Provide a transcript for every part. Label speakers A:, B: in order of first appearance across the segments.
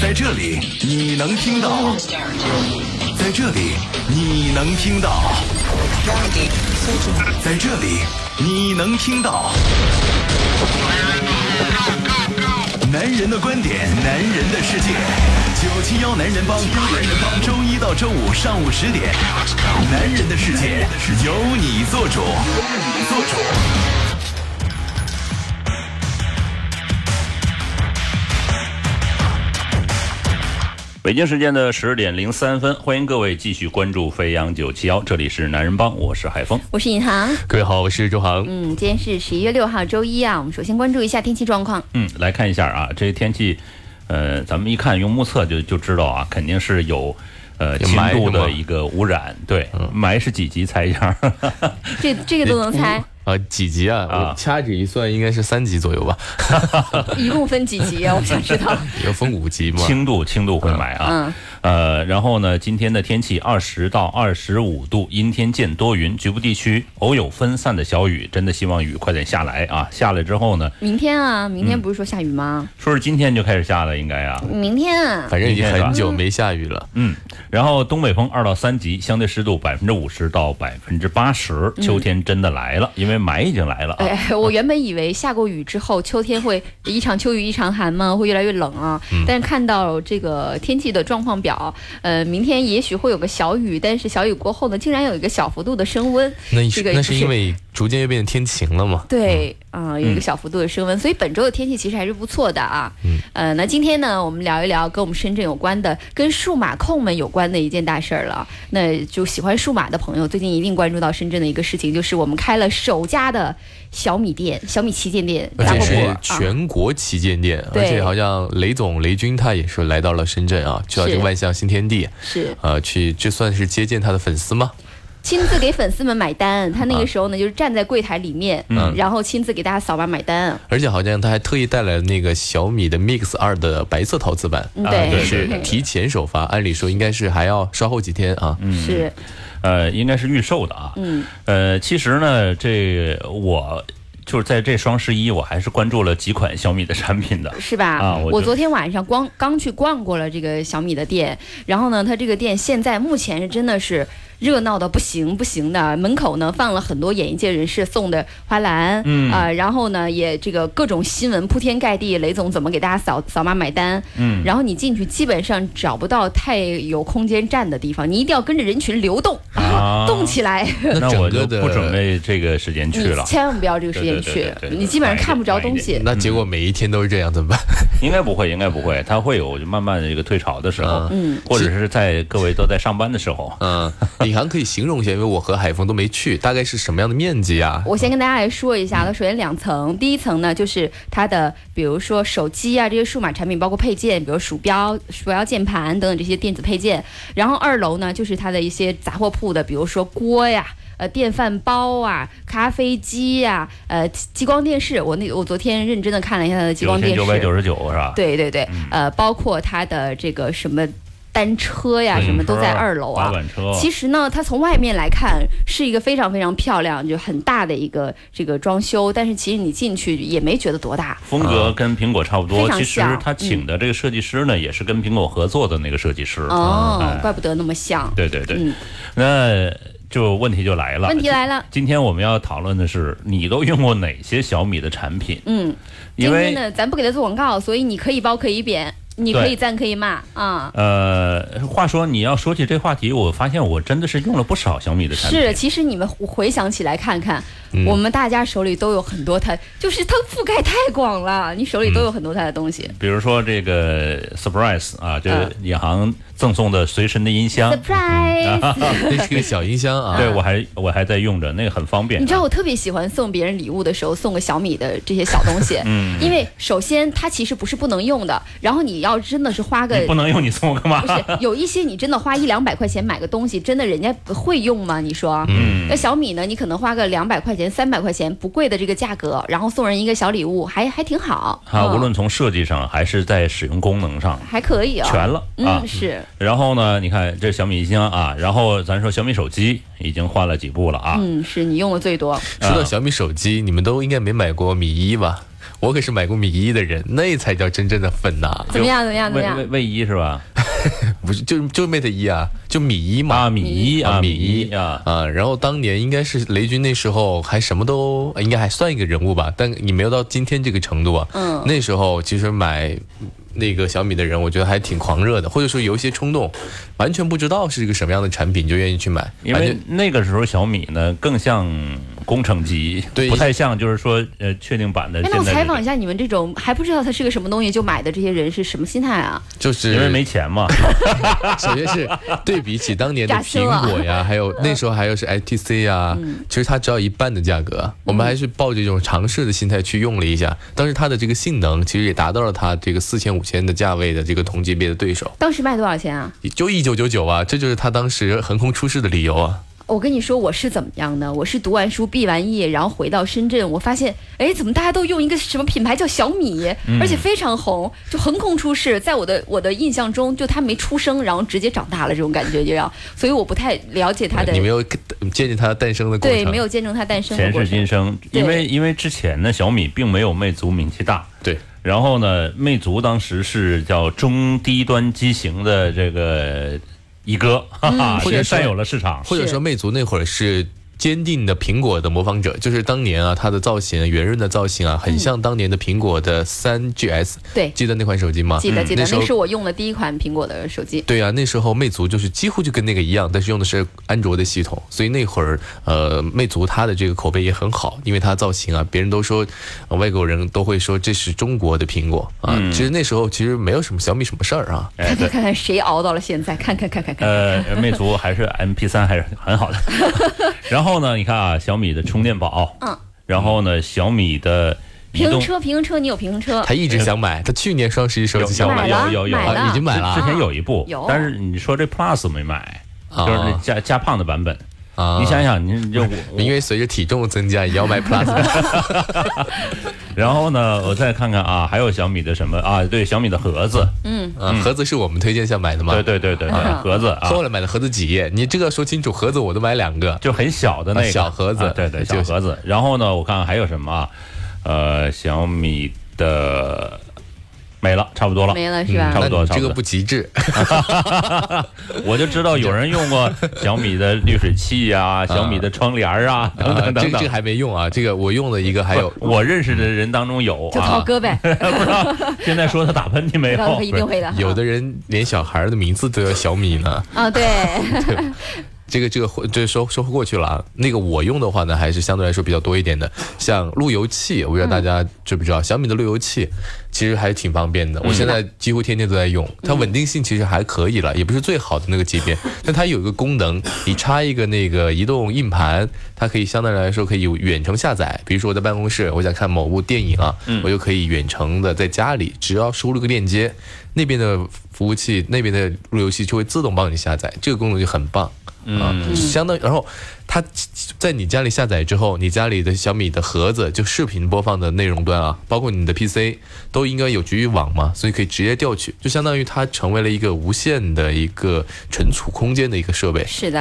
A: 在这里你能听到，在这里你能听到，在这里你能听到。男人的观点，男人的世界。九七幺男人帮，男人帮，周一到周五上午十点，男人的世界由你做主，由你做主。
B: 北京时间的十点零三分，欢迎各位继续关注飞扬九七幺，这里是男人帮，我是海峰。
C: 我是尹航。
D: 各位好，我是周航。
C: 嗯，今天是十一月六号周一啊，我们首先关注一下天气状 况。
B: 嗯，来看一下啊，这天气，呃，咱们一看用目测就就知道啊，肯定是有。呃，
D: 有
B: 轻
D: 霾
B: 度
D: 是吗嗯
B: 的一个污染，对，霾是几级？猜一 下，
C: 这这个都能猜，
D: 啊，几级啊？
B: 啊
D: 我掐指一算，应该是三级左右吧。
C: 一共分几级啊？我想知 道。
D: 有分五级吗？
B: 轻度轻度会霾啊。呃，然后呢，今天的天气二十到二十五度，阴天见多云，局部地区偶有分散的小雨，真的希望雨快点下来啊！下来之后呢，
C: 明天啊，明天不是说下雨吗？
B: 说是今天就开始下了，应该啊。
C: 明天啊，
D: 反正已经很久没下雨了。
B: 嗯，然后东北风二到三级，相对湿度百分之五十到百分之八十，秋天真的来了，因为霾已经来了啊。
C: 哎，我原本以为下过雨之后，秋天会呃一场秋雨一场寒嘛，会越来越冷啊。但是看到这个天气的状况表，呃，明天也许会有个小雨，但是小雨过后呢，竟然有一个小幅度的升温。
D: 那
C: 这个
D: 那
C: 不
D: 是因为逐渐又变天晴了嘛？
C: 对，啊、有一个小幅度的升温，所以本周的天气其实还是不错的啊。嗯，呃，那今天呢，我们聊一聊跟我们深圳有关的、跟数码控们有关的一件大事儿了。那就喜欢数码的朋友，最近一定关注到深圳的一个事情，就是我们开了首家的小米店、小米旗舰店，
D: 而
C: 杂
D: 且
C: 货铺
D: 是
C: 啊。
D: 全国旗舰店，
C: 对
D: 而且好像雷总雷军他也是来到了深圳啊，去到这个
C: 是
D: 万象新天地，
C: 是
D: 呃，去这算是接见他的粉丝吗？
C: 亲自给粉丝们买单，他那个时候呢，就是站在柜台里面，
D: 嗯
C: 然后亲自给大家扫码买单。
D: 而且好像他还特意带来了那个小米的 Mix 二的白色陶瓷版，
C: 嗯
B: 啊
C: 对，
B: 对
D: 是提前首发，按理说应该是还要稍后几天啊。
C: 是，
B: 呃，应该是预售的啊。
C: 嗯，
B: 呃，其实呢，这我就是在这双十一，我还是关注了几款小米的产品的。
C: 是吧？
B: 啊我
C: 我
B: 就
C: 昨天晚上光刚去逛过了这个小米的店，然后呢，它这个店现在目前是真的是热闹的不行不行的，门口呢放了很多演艺界人士送的花篮，
B: 嗯
C: 啊、然后呢也这个各种新闻铺天盖地，雷总怎么给大家扫扫码买单，
B: 嗯，
C: 然后你进去基本上找不到太有空间站的地方，你一定要跟着人群流动，
B: 啊
C: 动起来。
B: 那
D: 整
B: 我
D: 个
B: 就
D: 的
B: 不准备这个时间
C: 你
B: 去了。
C: 千万不要这个时间
B: 对对
C: 去
B: 对对，对
C: 你基本
B: 晚
C: 上
B: 一点
C: 看不着
B: 晚一
C: 东
B: 点
C: 西。
D: 那结果每一天都是这样怎么办？
B: 应该不会，应该不会，它会有慢慢的这个退潮的时候，
C: 嗯，
B: 或者是在各位都在上班的时候，
D: 嗯，李航可以形容一下，因为我和海峰都没去，大概是什么样的面 积啊？
C: 我先跟大家来说一下，它首先两层，第一层呢就是它的，比如说手机啊这些数码产品，包括配件，比如鼠标、鼠标、键盘等等这些电子配件。然后二楼呢就是它的一些杂货铺的，比如说锅呀。呃，电饭煲啊，咖啡机呀、呃，激光电视，我那我昨天认真的看了一下它的
B: 九
C: 激光电
B: 千九
C: 视，
B: 百九十嗯九是吧？
C: 对对对，呃，包括它的这个什么单车
B: 嗯
C: 呀，什么都在二楼啊
B: 滑。板车，
C: 其实呢，它从外面来看是一个非常非常漂亮，就很大的一个这个装修，但是其实你进去也没觉得多大。
B: 风格跟苹果差不多
C: 啊非。常
B: 其实
C: 像嗯
B: 他请的这个设计师呢，也是跟苹果合作的那个设计师。啊
C: 哦，怪不得那么像。
B: 哎对啊对对
C: 嗯，
B: 那就问题就来了。
C: 问题来了，
B: 今天我们要讨论的是，你都用过哪些小米的产品？
C: 嗯，今
B: 因
C: 天
B: 为
C: 呢，咱不给他做广告，所以你可以褒可以贬，你可
B: 对
C: 以赞可以骂
B: 嗯
C: 啊。
B: 呃，话说你要说起这话题，我发现我真的是用了不少小米的产品。
C: 是，其实你们回想起来看看，
B: 嗯
C: 我们大家手里都有很多它，就是它覆盖太广了，你手里都有很多它的东西。
B: 比如说这个 Surprise 啊，这个银行赠送的随身的音箱，
C: 嗯
B: 嗯
C: Surprise！
B: 啊
D: 那是个小音箱啊。
B: 对我还我还在用着，那个很方便。啊
C: 你知道我特别喜欢送别人礼物的时候送个小米的这些小东西，
B: 嗯
C: 因为首先它其实不是不能用的，然后你要真的是花个
B: 你不能用，你送我干嘛
C: 不？是有一些你真的花一两百块钱买个东西，真的人家会用吗？你说，
B: 嗯
C: 那小米呢？你可能花个两百块钱、三百块钱不贵的这个价格，然后送人一个小礼物，还还挺好
B: 啊，
C: 嗯
B: 无论从设计上还是在使用功能上，
C: 还可以啊、
B: 全了啊
C: 嗯，。是
B: 然后呢，你看这小米音箱啊，然后咱说小米手机已经换
C: 嗯
B: 了几部了啊，
C: 嗯是你用的最多，
B: 啊
D: 说到小米手机，你们都应该没买过米一吧？我可是买过米衣的人，那才叫真正的粉呐、
C: 怎么样？怎么样？怎么
B: 卫卫
C: 样？
B: 卫衣是吧？
D: 不是就就 Mate 一啊，就米衣嘛。
B: 啊，米衣啊，米衣啊，
D: 啊，然后当年应该是雷军那时候还什么都应该还算一个人物吧，但你没有到今天这个程度啊。
C: 嗯
D: 那时候其实买那个小米的人，我觉得还挺狂热的，或者说有一些冲动，完全不知道是一个什么样的产品就愿意去买，
B: 因
D: 而
B: 为
D: 且
B: 那个时候小米呢更像工程机，
D: 对
B: 不太像就是说呃确定版的
C: 哎
B: 现，在
C: 那我
B: 这
C: 采访一
B: 种，
C: 下你们这种还不知道它是个什么东西就买的这些人是什么心态啊？
D: 就是
B: 因为没钱 嘛，
D: 首先是对比起当年的苹
C: 啊
D: 果 呀，还有那时候还有是 HTC 呀，
C: 嗯
D: 其实它只要一半的价格，我们还是抱着一种尝试的心态去用了一下。当时它的这个性能其实也达到了它这个四千五千的价位的这个同级别的对手，
C: 当时卖多少钱啊？
D: 就一九九九啊，这就是它当时横空出世的理由啊。
C: 我跟你说我是怎么样的？我是读完书毕完业，然后回到深圳，我发现，哎，怎么大家都用一个什么品牌叫小米，
D: 嗯
C: 而且非常红，就横空出世。在我的我的印象中，就他没出生，然后直接长大了这种感觉就要，所以我不太了解他的
D: 哎你没有见证它诞生的过程，
C: 对，没有见证他诞生的
B: 前
C: 过
B: 世今
C: 程。
B: 生。
C: 对
B: 因为因为之前呢，小米并没有魅族名气大，
D: 对
B: 然后呢，魅族当时是叫中低端机型的这个一哥，哈哈，
D: 或者
B: 是
D: 说
B: 占有了市场。
D: 或者说魅族那会儿是。坚定的苹果的模仿者，就是当年啊，它的造型圆润的造型啊，很像当年的苹果的三 GS，、
C: 对，
D: 记得那款手机吗？
C: 记得
D: 嗯
C: 记得，
D: 那时候
C: 那是我用的第一款苹果的手机。
D: 对啊，那时候魅族就是几乎就跟那个一样，但是用的是安卓的系统，所以那会儿呃，魅族它的这个口碑也很好，因为它造型啊，别人都说、呃外国人都会说这是中国的苹果啊。
C: 嗯
D: 其实那时候其实没有什么小米什么事儿啊，
B: 哎，
C: 看
B: 对
C: 看，看看谁熬到了现在，看看看看看。
B: 呃，魅族还是 MP 3还是很好的。然后呢，你看啊，小米的充电宝，
C: 嗯，
B: 然后呢，小米的移
C: 平衡
B: 动
C: 车，平衡车，你有平衡车？
D: 他一直想买，他去年双十一时候就想
B: 有
D: 买
C: 买
D: 了
C: 了，
B: 有有有
C: 买了，
D: 啊已经买了
B: 之前有一部
C: 有，
B: 但是你说这 Plus 没买，
D: 啊
B: 就是那加加胖的版本。
D: 啊，
B: 你想想，你你就我
D: 因为随着体重的增加 也要买 Plus，
B: 然后呢，我再看看啊，还有小米的什么啊？对，小米的盒子，
D: 啊，盒子是我们推荐下买的嘛，
B: 嗯对对对对对，
C: 嗯
B: 盒子啊，
D: 后来买了盒子几页，你这个说清楚，盒子我都买两个，
B: 就很小的那个
D: 啊小盒子
B: 啊对对，
D: 就
B: 小
D: 是
B: 盒子。然后呢，我看看还有什么啊？呃，小米的没了，差不多了。嗯
C: 没了是吧？
B: 差不多
D: 那你
B: 差
D: 这
B: 不
D: 个
B: 多
D: 不 极致，
B: 我就知道有人用 过小米的滤水器啊，小米的窗帘儿啊，等
D: 啊
B: 等等
D: 这个这个
B: 等。
D: 还没用啊，这个我用了一个，还 有
B: 我认识的人当中有
C: 就涛
B: 啊，
C: 哥
D: 哎
C: 呗，
B: 不知道现在说他打喷嚏没
C: 涛
B: 有
C: 哥？一定会的。
D: 有的人连小孩儿的名字都叫小米呢。
C: 啊，对，
D: 这个这个这说说过去了啊。那个我用的话呢，还是相对来说比较多一点的，像路由器，我不知道大家知不知道，小米的路由器其实还挺方便的。我现在几乎天天都在用，它稳定性其实还可以了，也不是最好的那个级别，但它有一个功能，你插一个那个移动硬盘，它可以相对来说可以远程下载。比如说我在办公室，我想看某部电影啊，我就可以远程的在家里，只要输入个链接，那边的服务器那边的路由器就会自动帮你下载，这个功能就很棒。啊，相当于，然后它在你家里下载之后，你家里的小米的盒子就视频播放的内容端啊，包括你的 PC 都应该有局域网嘛，所以可以直接调取，就相当于它成为了一个无线的一个存储空间的一个设备。
C: 是的，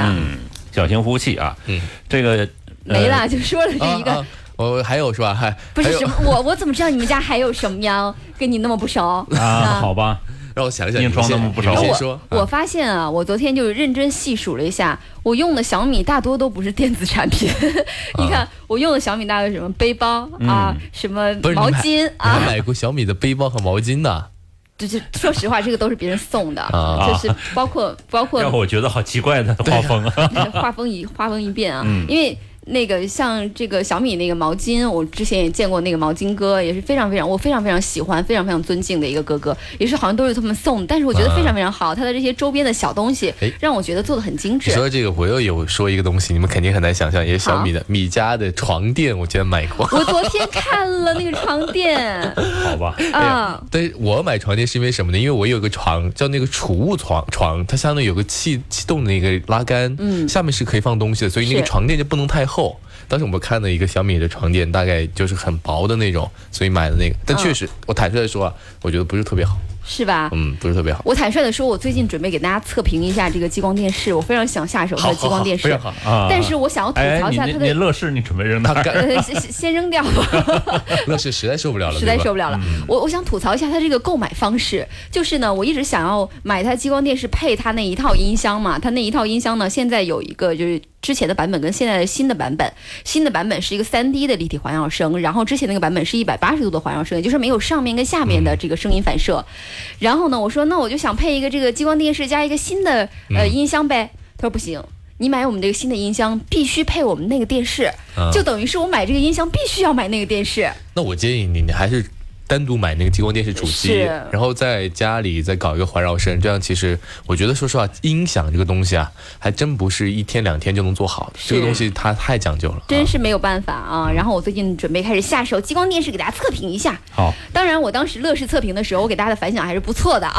B: 小型服务器啊，
D: 嗯
B: 这个呃
C: 没了，就说了 这一
D: 啊
C: 个
D: 啊，我还有是吧？还
C: 不
D: 还
C: 是
D: 有
C: 什么，我我怎么知道你们家还有什么呀？ 跟你那么不熟。
B: 啊，好吧，
D: 让我想一想，
B: 硬装
D: 你
B: 那
D: 们先
B: 么不
D: 你们
B: 着
D: 先
C: 我
D: 说。
C: 我发现啊，我昨天就是认真细数了一下，我用的小米大多都不是电子产
D: 啊
C: 品。 你看，我用的小米大多是什么背包啊，什么
D: 嗯不是你
C: 毛
D: 买
C: 巾
D: 我还
C: 啊，
D: 买过小米的背包和毛巾呢，
C: 就是说实话，这个都是别人送的，
D: 啊
C: 就是包括包括
B: 要不我觉得 好奇怪的画风啊，
C: 画风一画风一变啊，
D: 嗯
C: 因为。那个像这个小米那个毛巾，我之前也见过那个毛巾哥，也是非常非常我非常非常喜欢、非常非常尊敬的一个哥哥，也是好像都是他们送的，但是我觉得非常非常好，他的这些周边的小东西
D: 哎
C: 让我觉得做的很精致
D: 你。说这个，我又有说一个东西，你们肯定很难想象，也是小米的米家的床垫，我居然买过。
C: 我昨天看了那个床垫
B: 好吧，
D: 哎
C: 啊，
D: 但是我买床垫是因为什么呢？因为我有个床叫那个储物床，床它相当于有个气气动的那个拉杆，嗯，下面是可以放东西的，所以那个
C: 是
D: 床垫就不能太厚。当时我们看了一个小米的床
C: 嗯
D: 垫，大概就是很薄的那种，所以买的那个。但确实，我坦率的说啊，我觉得不是特别好。
C: 是吧？
D: 嗯，不是特别好。
C: 我坦率的说，我最近准备给大家测评一下这个激光电视，我非常想下手它
D: 好
C: 的激光电视，
D: 好好好
B: 啊
C: 但是我想要吐
B: 哎，
C: 槽一
B: 你
C: 下
B: 那
C: 它
B: 那
C: 的，
B: 乐视你准备扔哪儿？
C: 呃，先先先扔掉吧。
D: 乐视实在受不了了，
C: 实在
D: 对吧嗯
C: 受不了了。我我想吐槽一下它这个购买方式，就是呢，我一直想要买它激光电视配它那一套音箱嘛，它那一套音箱呢，现在有一个就是。之前的版本跟现在的新的版本，新的版本是一个3 D 的立体环绕声，然后之前那个版本是一百八十度的环绕声，也就是没有上面跟下面
D: 嗯
C: 的这个声音反射。然后呢，我说那我就想配一个这个激光电视加一个新的
D: 嗯
C: 呃音箱呗，他说不行。你买我们这个新的音箱，必须配我们那个电视，
D: 啊
C: 就等于是我买这个音箱必须要买那个电视。
D: 那我建议你，你还是单独买那个激光电视主机，
C: 是
D: 然后在家里再搞一个环绕声，这样其实我觉得，说实话，音响这个东西啊，还真不是一天两天就能做好的，这个东西它太讲究了。
C: 真是没有办法啊！然后我最近准备开始下手激光电视给大家测评一下。
B: 好，
C: 当然，我当时乐视测评的时候，我给大家的反响还是不错 的啊。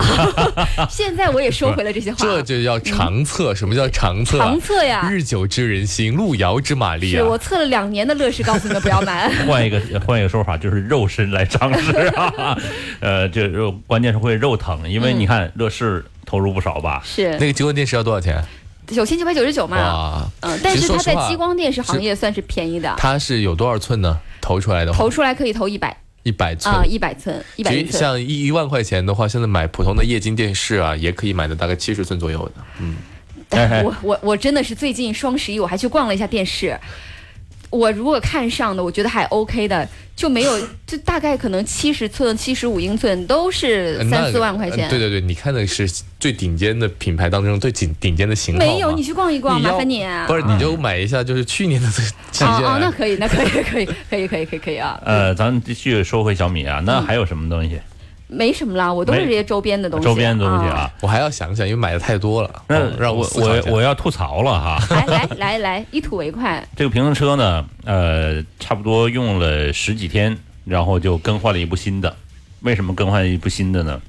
C: 现在我也收回了这些话。
D: 这就叫长测，什么叫长测、啊？
C: 嗯长测呀
D: 日久知人心，路遥知马力
C: 是
D: 啊！
C: 我测了两年的乐视，告诉你们不要 买。
B: 换一个换一个说法，就是肉身来尝试啊，呃，这肉关键是会肉疼，因为你看乐视投入不少吧，
C: 是
D: 那个激光电视要多少钱？
C: 九千九百九十九嘛，
D: 哇，
C: 嗯，但
D: 其
C: 是
D: 实
C: 它
D: 说实
C: 在
D: 话
C: 激光电视行业算是便宜的，
D: 它是有多少寸呢？投出来的话
C: 投，出来可以投一百
D: 一百寸。
C: 啊，一百寸，一百
D: 其
C: 英
D: 实
C: 寸。
D: 像一一万块钱的话，现在买普通的液晶电视啊，也可以买到大概七十寸左右的。
B: 哎
C: 我我我真的是最近双十一我还去逛了一下电视，我如果看上的，我觉得还 OK 的，就没有就大概可能七十寸、七十五英寸都是
D: 那
C: 三
D: 个
C: 四万块钱。
D: 呃对对对，你看的是最顶尖的品牌当中最顶顶尖的型号
C: 没有，
D: 嘛
C: 你去逛一逛，
D: 你
C: 麻
D: 要
C: 烦你啊。
D: 不是你
B: 嗯
D: 就买一下，就是去年的这旗
C: 哦
D: 舰啊。
C: 哦，那可以，那可以， 可以，可以，可以，可以，可以啊，
B: 呃，咱们继续说回小米啊，那还有什么东西？
C: 没什么啦，我都是
B: 没
C: 这些周边的东西，
B: 周边的东西啊
C: 啊。，
D: 我还要想想，因为买的太多了。
B: 那
D: 嗯让
B: 我
D: 思考一
B: 我
D: 下
B: 我要吐槽了哈，
C: 来来来来，一吐为快，
B: 这个平衡车呢，呃，差不多用了十几天，然后就更换了一部新的。为什么更换一部新的呢？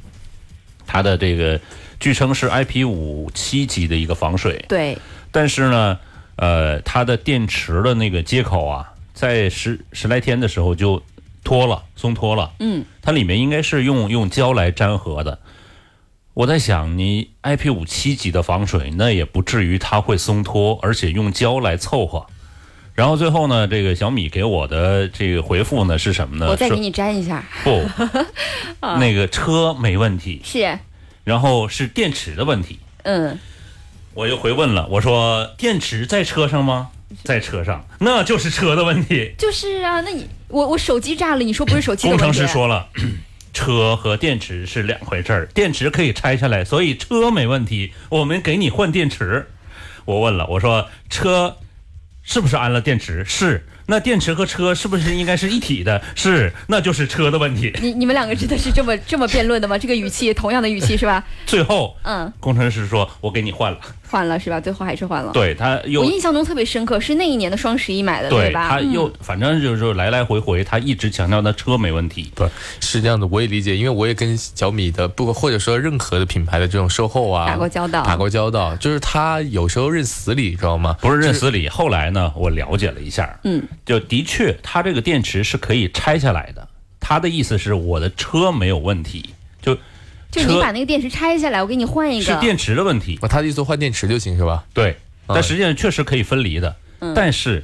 B: 它的这个据称是 IP 五七级的一个防水，
C: 对，
B: 但是呢，呃，它的电池的那个接口啊，在十十来天的时候就脱了，松脱了。
C: 嗯，
B: 它里面应该是用用胶来粘合的。我在想，你 IP 五七级的防水，那也不至于它会松脱，而且用胶来凑合。然后最后呢，这个小米给我的这个回复呢是什么呢？
C: 我再给
B: 说
C: 你啊粘一下，
B: 不， 那个车没问题，
C: 是，
B: 然后是电池的问题。
C: 嗯，
B: 我又回问了，我说电池在车上吗？在车上，那就是车的问题。
C: 就是啊，那你我我手机炸了，你说不是手机的
B: 工
C: 问题？啊
B: 程师说了， 车和电池是两回事儿，电池可以拆下来，所以车没问题，我们给你换电池。我问了，我说车是不是安了电池？是。那电池和车是不是应该是一体的？是，那就是车的问题。
C: 你你们两个真的是 这么这么辩论的吗？这个语气，同样的语气是吧？
B: 最后，
C: 嗯，
B: 工程师说：“我给你换了。
C: 换了是吧？最后还是换了。
B: 对”他又
C: 我印象中特别深刻，是那一年的双十一买的，
B: 对
C: 吧嗯
B: 他？又反正就是来来回回，他一直强调他车没问题。
D: 不是这样的，我也理解，因为我也跟小米的，不或者说任何的品牌的这种售后啊
C: 打过交道
D: 打过交道，就是他有时候认死理，知道吗？
B: 不是认死理。后来呢，我了解了一下，
C: 嗯，
B: 就的确，它这个电池是可以拆下来的。他的意思是我的车没有问题，就
C: 就是你
B: 车
C: 把那个电池拆下来，我给你换一个。
B: 是电池的问题。
D: 那他就做换电池就行是吧？
B: 对，
D: 啊
B: 但实际上确实可以分离的。
C: 嗯
B: 但是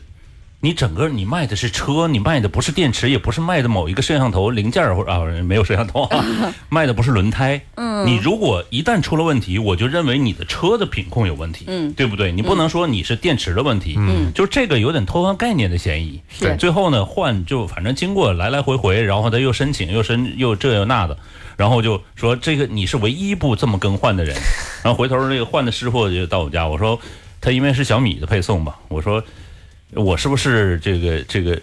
B: 你整个你卖的是车，你卖的不是电池，也不是卖的某一个摄像头零件儿或者啊没有摄像头 啊，卖的不是轮胎。嗯，你如果一旦出了问题，我就认为你的车的品控有问题，嗯，对不对？你不能说你是电池的问题，嗯，就这个有点偷换概念的嫌疑。
C: 是对
B: 最后呢换就反正经过来来回回，然后他又申请又申又这又那的。然后就说这个你是唯一不这么更换的人，然后回头那个换的师傅就到我家，我说他因为是小米的配送吧，我说我是不是这个这个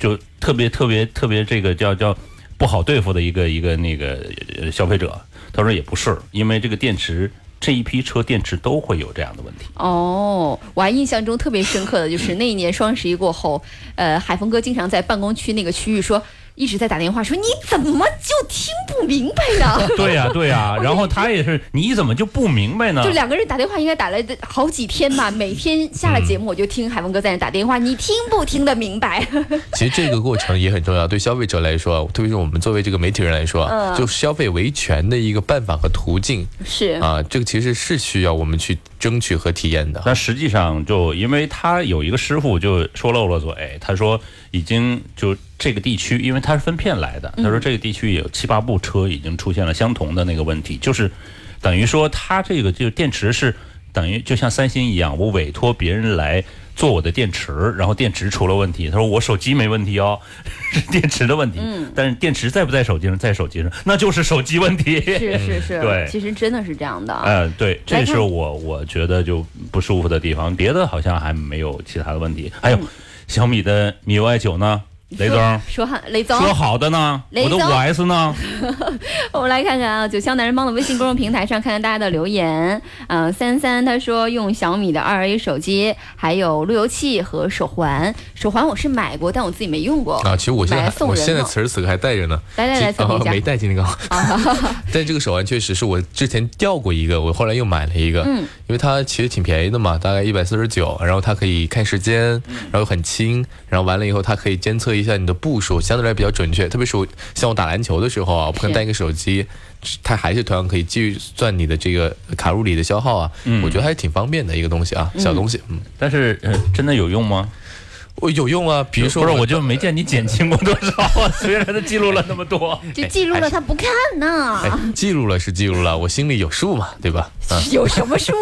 B: 就特别特别特别这个叫叫不好对付的一个一个那个呃消费者？他说也不是，因为这个电池这一批车电池都会有这样的问题。
C: 哦，我还印象中特别深刻的就是那一年双十一过后，呃，海峰哥经常在办公区那个区域说。一直在打电话说你怎么就听不明白呢？
B: 对呀、对呀、然后他也是，你怎么就不明白呢
C: 就？两个人打电话应该打了好几天吧，每天下了节目我就听海峰哥在那打电话，你听不听得明白？
D: 其实这个过程也很重要，对消费者来说，特别是我们作为这个媒体人来说，啊
C: 嗯
D: 就消费维权的一个办法和途径
C: 是，
D: 啊，这个其实是需要我们去争取和体验的。
B: 但实际上，就因为他有一个师傅就说漏了嘴，他说已经就这个地区，因为他是分片来的，他说这个地区有七八部车已经出现了相同的那个问题，就是等于说他这个就电池是等于就像三星一样，我委托别人来。做我的电池，然后电池出了问题。他说我手机没问题哦， 是电池的问题。但是电池在不在手机上，在手机上，那就是手机问题。
C: 是是是，
B: 对
C: 其实真的是这样的。
D: 哎
B: 呃，对，
C: 啊来
B: 这
C: 看
B: 是我我觉得就不舒服的地方，别的好像还没有其他的问题。
C: 嗯
B: 还有、小米的 MIUI 九呢，雷总
C: 说说汉雷嗯总，
B: 说好的呢，
C: 雷
B: 我的
C: 总
B: 五 S 呢，
C: 我们来看看啊，九霄男人帮的微信公众平台上看看大家的留言。嗯，三三他说用小米的二 A 手机，还有路由器和手环。手环我是买过，但我自己没用过。
D: 啊，其实我现
C: 买
D: 在
C: 来
D: 还
C: 送
D: 我
C: 人
D: 现在
C: 了
D: 此时此刻还戴着呢，
C: 来 来来
D: 其
C: 送你一
D: 哦
C: 下
D: 没戴进那个， 但这个手环确实是我之前掉过一个，我后来又买了一个，
C: 嗯
D: 因为它其实挺便宜的嘛，大概一百四十九，然后它可以看时间，
C: 嗯
D: 然后很轻，然后完了以后它可以监测一下你的步数，相对来比较准确，特别是我像我打篮球的时候啊，我不可能
C: 是
D: 带一个手机。它还是同样可以计算你的这个卡路里的消耗啊，我觉得还是挺方便的一个东西啊，小东西，嗯，
B: 但是、呃、真的有用吗？
D: 我有用啊，比如说
B: 不是，我就没见你减轻过多少 啊，虽然它记录了那么多。
C: 就记录了他不看呢，
B: 啊
D: 哎，记录了是记录了，我心里有数嘛，对吧？嗯。
C: 有什么数？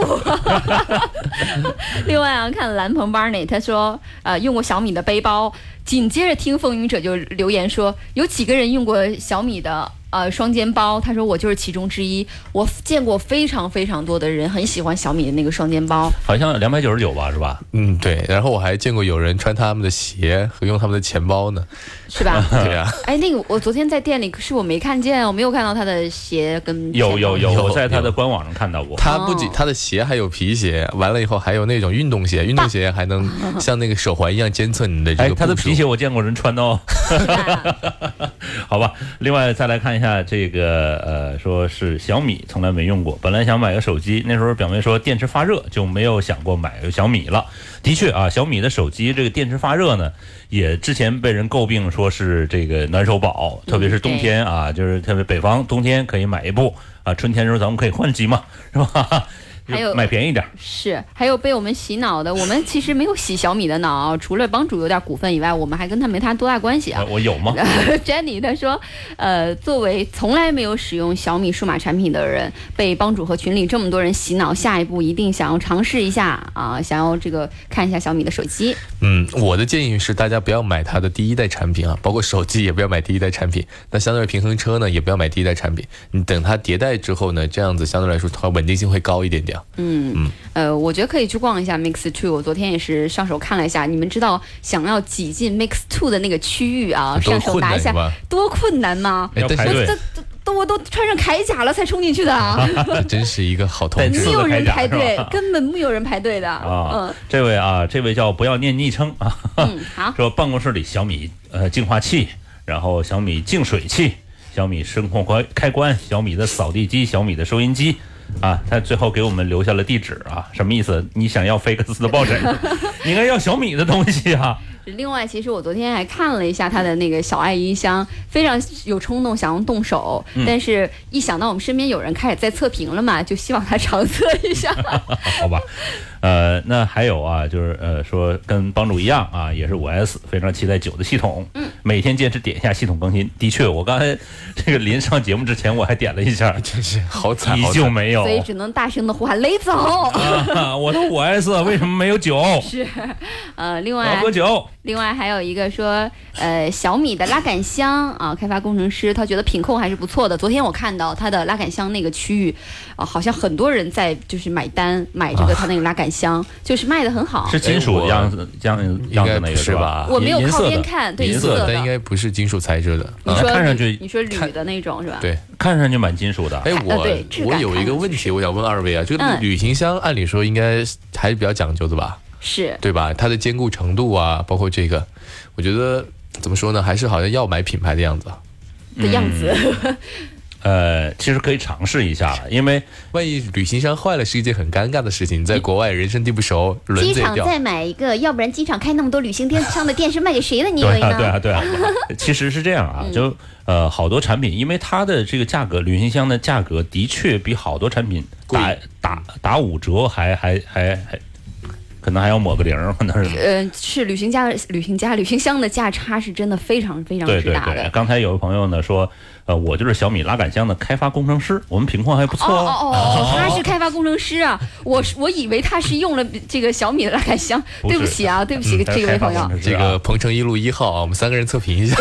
C: 另外啊，看蓝鹏 Barney 他说，呃，用过小米的背包。紧接着听风云者就留言说，有几个人用过小米的呃双肩包？他说我就是其中之一。我见过非常非常多的人很喜欢小米的那个双肩 包。
B: 好像两百九十九吧，是吧？
D: 嗯，对。然后我还见过有人穿他们的鞋和用他们的钱包 呢。
C: 是吧？
B: 啊
D: 对啊呀、
C: 哎，那个我昨天在店里，可是我没看见，我没有看到他的鞋跟
B: 有有有，
D: 有
B: 我在它的
D: 有
B: 官网上看到过。
D: 他不仅他的鞋还有皮鞋，完了以后还有那种运动鞋，运动鞋还能 像那个手环一样监测你的这
B: 哎，
D: 个
B: 他的
D: 步数
B: 皮鞋我见过人穿的 哦。
C: 是吧
B: 好吧，另外再来看一下这个，呃，说是小米从来没用过，本来想买个手机，那时候表妹说电池发热，就没有想过买个小米了。的确啊，小米的手机这个电池发热呢，也之前被人诟病说是这个暖手宝，特别是冬天啊，就是特别北方冬天可以买一部啊，春天的时候咱们可以换机嘛，是吧？
C: 还有
B: 买便宜点儿，
C: 是，还有被我们洗脑的，我们其实没有洗小米的脑，除了帮主有点股份以外，我们还跟他没他多大关系啊
B: 我。我有 吗？
C: Jenny 她说，呃，作为从来没有使用小米数码产品的人，被帮主和群里这么多人洗脑，下一步一定想要尝试一下啊、想要这个看一下小米的手机。
D: 嗯，我的建议是大家不要买它的第一代产品啊，包括手机也不要买第一代产品。那相对于平衡车呢，也不要买第一代产品。你等它迭代之后呢，这样子相对来说它稳定性会高一点点啊。
C: 嗯，呃，我觉得可以去逛一下 Mix Two。我昨天也是上手看了一下，你们知道想要挤进 Mix Two 的那个区域啊，
D: 都
C: 上
D: 是
C: 手
D: 困
C: 拿
D: 难
C: 一
D: 是
C: 下
D: 吧？
C: 多困难吗？
D: 哎
B: 要
D: 但
B: 排
D: 是
C: 我
B: 队
C: 这这都我都穿上铠甲了才冲进去的啊，
D: 这 真是一个好 同
B: 对
D: 志
C: 没
B: 是。
C: 有人
B: 铠甲
C: 排
B: 是吧
C: 队，根本没有人排队 的。
B: 啊，这位啊，这位叫不要念昵称啊。
C: 嗯嗯，好，
B: 说办公室里小米呃净化器，然后小米净水器，小米声控开开关，小米的扫地机，小米的收音机。啊，他最后给我们留下了地址啊，什么意思？你想要菲克斯的抱枕，你应该要小米的东西啊。
C: 另外，其实我昨天还看了一下他的那个小爱音箱，非常有冲动想要动手，
B: 嗯
C: 但是一想到我们身边有人开始在测评了嘛，就希望他尝测 一下。
B: 好吧，呃，那还有啊，就是呃，说跟帮主一样啊，也是五 S，非常期待九的系统，嗯，每天坚持点一下系统更新。的确，我刚才这个临上节目之前，我还点了一下，
D: 真 是好惨，
B: 依
D: 好惨
B: 旧没有
C: 所以只能大声的呼喊雷总。
B: 啊，我的五 S 为什么没有九？
C: 呃，另
B: 我
C: 外
B: 要喝酒。
C: 另外还有一个说，呃，小米的拉杆箱啊，开发工程师他觉得品控还是不错的。昨天我看到他的拉杆箱那个区域，啊，好像很多人在就是买单买这个他那个拉杆箱，就是卖的很好。
B: 是金属样子样
D: 应
B: 样
D: 该
B: 子那
D: 不
B: 个
D: 是
B: 吧？
D: 吧？
C: 我没有
B: 银
C: 靠
B: 色的
C: 边看，对
B: 银
C: 银
B: 色
C: 色
B: 的
C: 的
D: 但，应该不是金属材质的。
C: 你
D: 啊
C: 说
B: 呃看上
C: 铝
B: 去
C: 你说铝的那种是吧？
D: 对，
B: 看上去蛮金属的。
D: 哎，我、
C: 啊对质
D: 我
C: 感
D: 有一个问题，我想问二位啊，这个
C: 嗯
D: 旅行箱按理说应该还是比较讲究的吧，
C: 是。
D: 对吧？它的坚固程度啊，包括这个，我觉得怎么说呢，还是好像要买品牌的样子。
C: 的样子。
B: 嗯呃，其实可以尝试一下了，因为
D: 万一旅行箱坏了是一件很尴尬的事情，在国外人生地不熟，轮
E: 机
D: 子也
E: 场
D: 掉。
E: 再买一个，要不然机场开那么多旅行店上的店是卖给 谁的？你以为
B: 对啊，对
E: 呢？
B: 啊，对啊， 其实是这样
C: 嗯
B: 啊，就呃，好多产品，因为它的这个价格，旅行箱的价格的确比好多产品
D: 贵
B: 打打打五折还还还还，可能还要抹个零儿，可能是。
C: 呃，是旅行家、旅行家、旅行箱的价差是真的非常非常
B: 对
C: 之
B: 对
C: 大的。
B: 对，刚才有个朋友呢说，呃，我就是小米拉杆箱的开发工程师，我们品控还不
C: 哦
B: 错
C: 哦哦哦，他是开发工程师啊！我是我以为他是用了这个小米的拉杆箱，
B: 不是嗯
C: 对不起啊，对不起，
B: 他
C: 这
B: 是
C: 位
B: 开发
C: 朋
B: 工
C: 友。
B: 程师
D: 这
B: 啊
D: 个鹏城一路一号啊，我们三个人测评一下。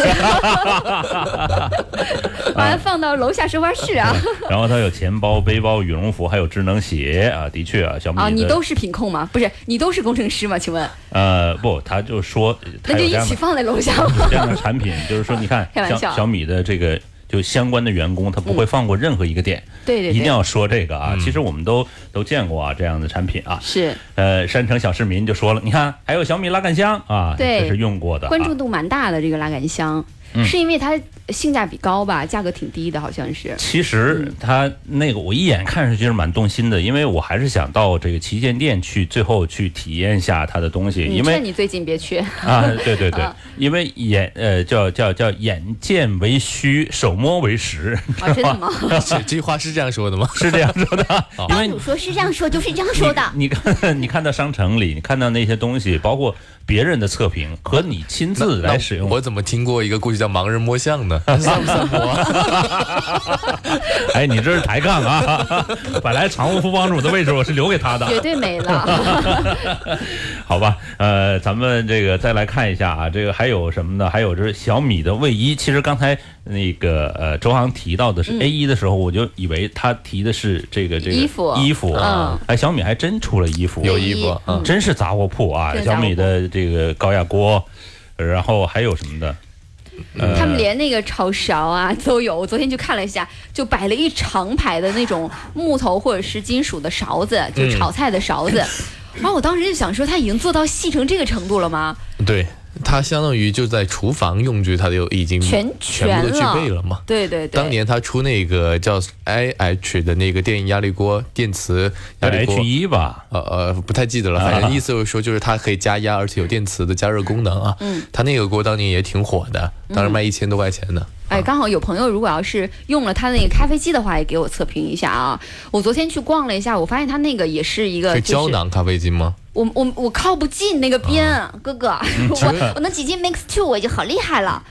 C: 把
B: 嗯
C: 它放到楼下收发室啊！
B: 然后它有钱包、背包、羽绒服，还有智能鞋啊，的确啊，小米
C: 啊，你
B: 的
C: 都是品控吗？不是，你都是工程师吗？请问，
B: 呃不，他就说呃他
C: 那就
B: 有这
C: 一
B: 样
C: 起
B: 的
C: 放 在楼下吧。
B: 有这样的产品，就是说你看
C: 开玩
B: 小
C: 笑
B: 小米的这个就相关的员工，他不会放过任何一个店，
C: 对对
B: 一定
C: 对，
B: 要说这个啊。
D: 嗯
B: 其实我们都都见过啊这样的产品啊，
C: 是
B: 呃，山城小市民就说了，你看还有小米拉杆箱啊，
C: 对
B: 这是用过的啊，
C: 关注度蛮大的这个拉杆箱，
B: 嗯
C: 是因为它性价比高吧？价格挺低的，好像是。
B: 其实它那个我一眼看上去是蛮动心的，因为我还是想到这个旗舰店去，最后去体验一下它的东西，
C: 你
B: 因为
C: 劝嗯你嗯最近别去，
B: 啊，对对对，因为眼呃叫叫叫眼见为虚，手摸为实，
C: 啊，真的 吗？
D: 这这句话是这样说的吗？
B: 是这样说的。 因为
E: 帮主说是这样说，就是这样说的。
B: 你你看你看到商城里，你看到那些东西，包括别人的测评和你亲自 来使用，
D: 我怎么听过一个故事叫“盲人摸象”呢？算不算摸啊？
B: 哎，你这是抬杠啊！ 本来常务副帮主的位置我是留给他的，
C: 绝对没 了。
B: 好吧，呃，咱们这个再来看一下啊，这个还有什么呢？还有就是小米的卫衣，其实刚才那个呃周航提到的是 A 一的时候，我就以为他提的是这个这个
C: 嗯衣服
B: 衣服啊
C: 嗯，
B: 哎，小米还真出了衣服，
D: 有衣服
C: 有衣
D: 啊，
B: 真是杂货铺啊，
C: 真是杂
B: 小
C: 货铺
B: 米的这个高压锅，然后还有什么的，呃
C: 他们连那个炒勺啊都有，我昨天去看了一下，就摆了一长排的那种木头或者是金属的勺子，就是炒菜的勺子。
D: 嗯
C: 然后我当时就想说，他已经做到细成这个程度了吗？
D: 对，它相当于就在厨房用具，它就已经
C: 全
D: 全部都具
C: 全了
D: 备了嘛。
C: 对对对，
D: 当年他出那个叫 I H 的那个电压力锅，电磁压力锅
B: H 一啊吧，
D: 呃呃，不太记得了，反正意思就是说，就是它可以加压，而且有电磁的加热功能啊。嗯，它那个锅当年也挺火的，
C: 嗯
D: 当时卖一千多块钱呢。
C: 哎，刚好有朋友如果要是用了他那个咖啡机的话，也给我测评一下啊。我昨天去逛了一下，我发现他那个也是一个、
D: 是
C: 就是、
D: 胶囊咖啡机吗？
C: 我我我靠不近那个边，哥哥，
E: 我我能挤进 Mix Two，我已经好厉害了。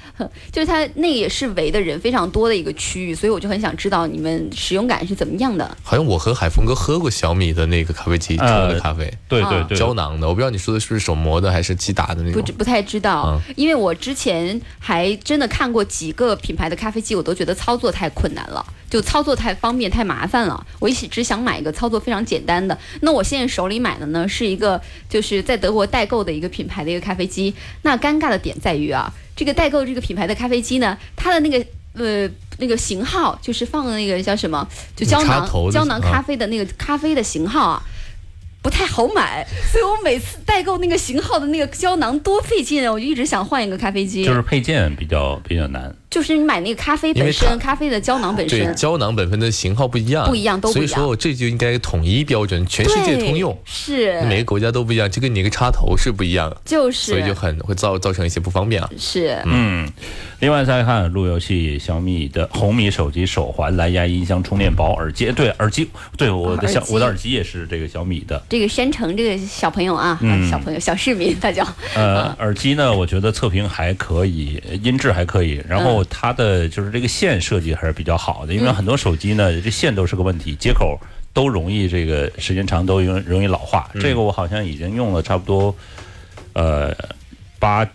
C: 就是它那也是围的人非常多的一个区域，所以我就很想知道你们使用感是怎么样的。
D: 好像我和海峰哥喝过小米的那个咖啡机冲的咖啡，
B: 对对
C: 啊
B: 啊对，
D: 胶囊的，我不知道你说的是不是手磨的还是机打的那
C: 不
D: 种
C: 知。不太知道
D: 啊，
C: 因为我之前还真的看过几个品牌的咖啡机，我都觉得操作太困难了，就操作太方便太麻烦了。我一直想买一个操作非常简单的。那我现在手里买的呢是一个就是在德国代购的一个品牌的一个咖啡机。那尴尬的点在于啊，这个代购这个品牌的咖啡机呢，它的那个呃那个型号就是放的那个叫什么，就胶
D: 插头
C: 囊
D: 的
C: 胶囊
D: 啊
C: 咖啡的那个咖啡的型号啊。不太好买，所以我每次代购那个型号的那个胶囊多费劲啊！我就一直想换一个咖啡机，
B: 就是配件比较比较难。
C: 就是你买那个咖啡
D: 因
C: 本
D: 为
C: 身，
D: 它
C: 咖啡的胶囊本
D: 对，
C: 身，
D: 胶囊本身的型号不一样，
C: 不一样都不一样
D: 所以说我这就应该统一标准，全世界通用，
C: 是
D: 每个国家都不一样，就跟你那个插头是不一样，
C: 就
D: 所以就是很会造造成一些不方便啊。
C: 是
B: 嗯，另外再看路由器，小米的红米手机手环、蓝牙音箱、充电宝、耳机，对耳机，对我的
C: 啊耳
B: 小
C: 机
B: 我的耳机也是这个小米的。
C: 这个山城这个小朋友啊，
B: 嗯
C: 小朋友小市民他叫
B: 呃，耳机呢，我觉得测评还可以，音质还可以，然后它的就是这个线设计还是比较好的，因为很多手机呢，这线都是个问题，接口都容易这个时间长都容容易老化。这
C: 嗯
B: 个我好像已经用了差不多，呃，八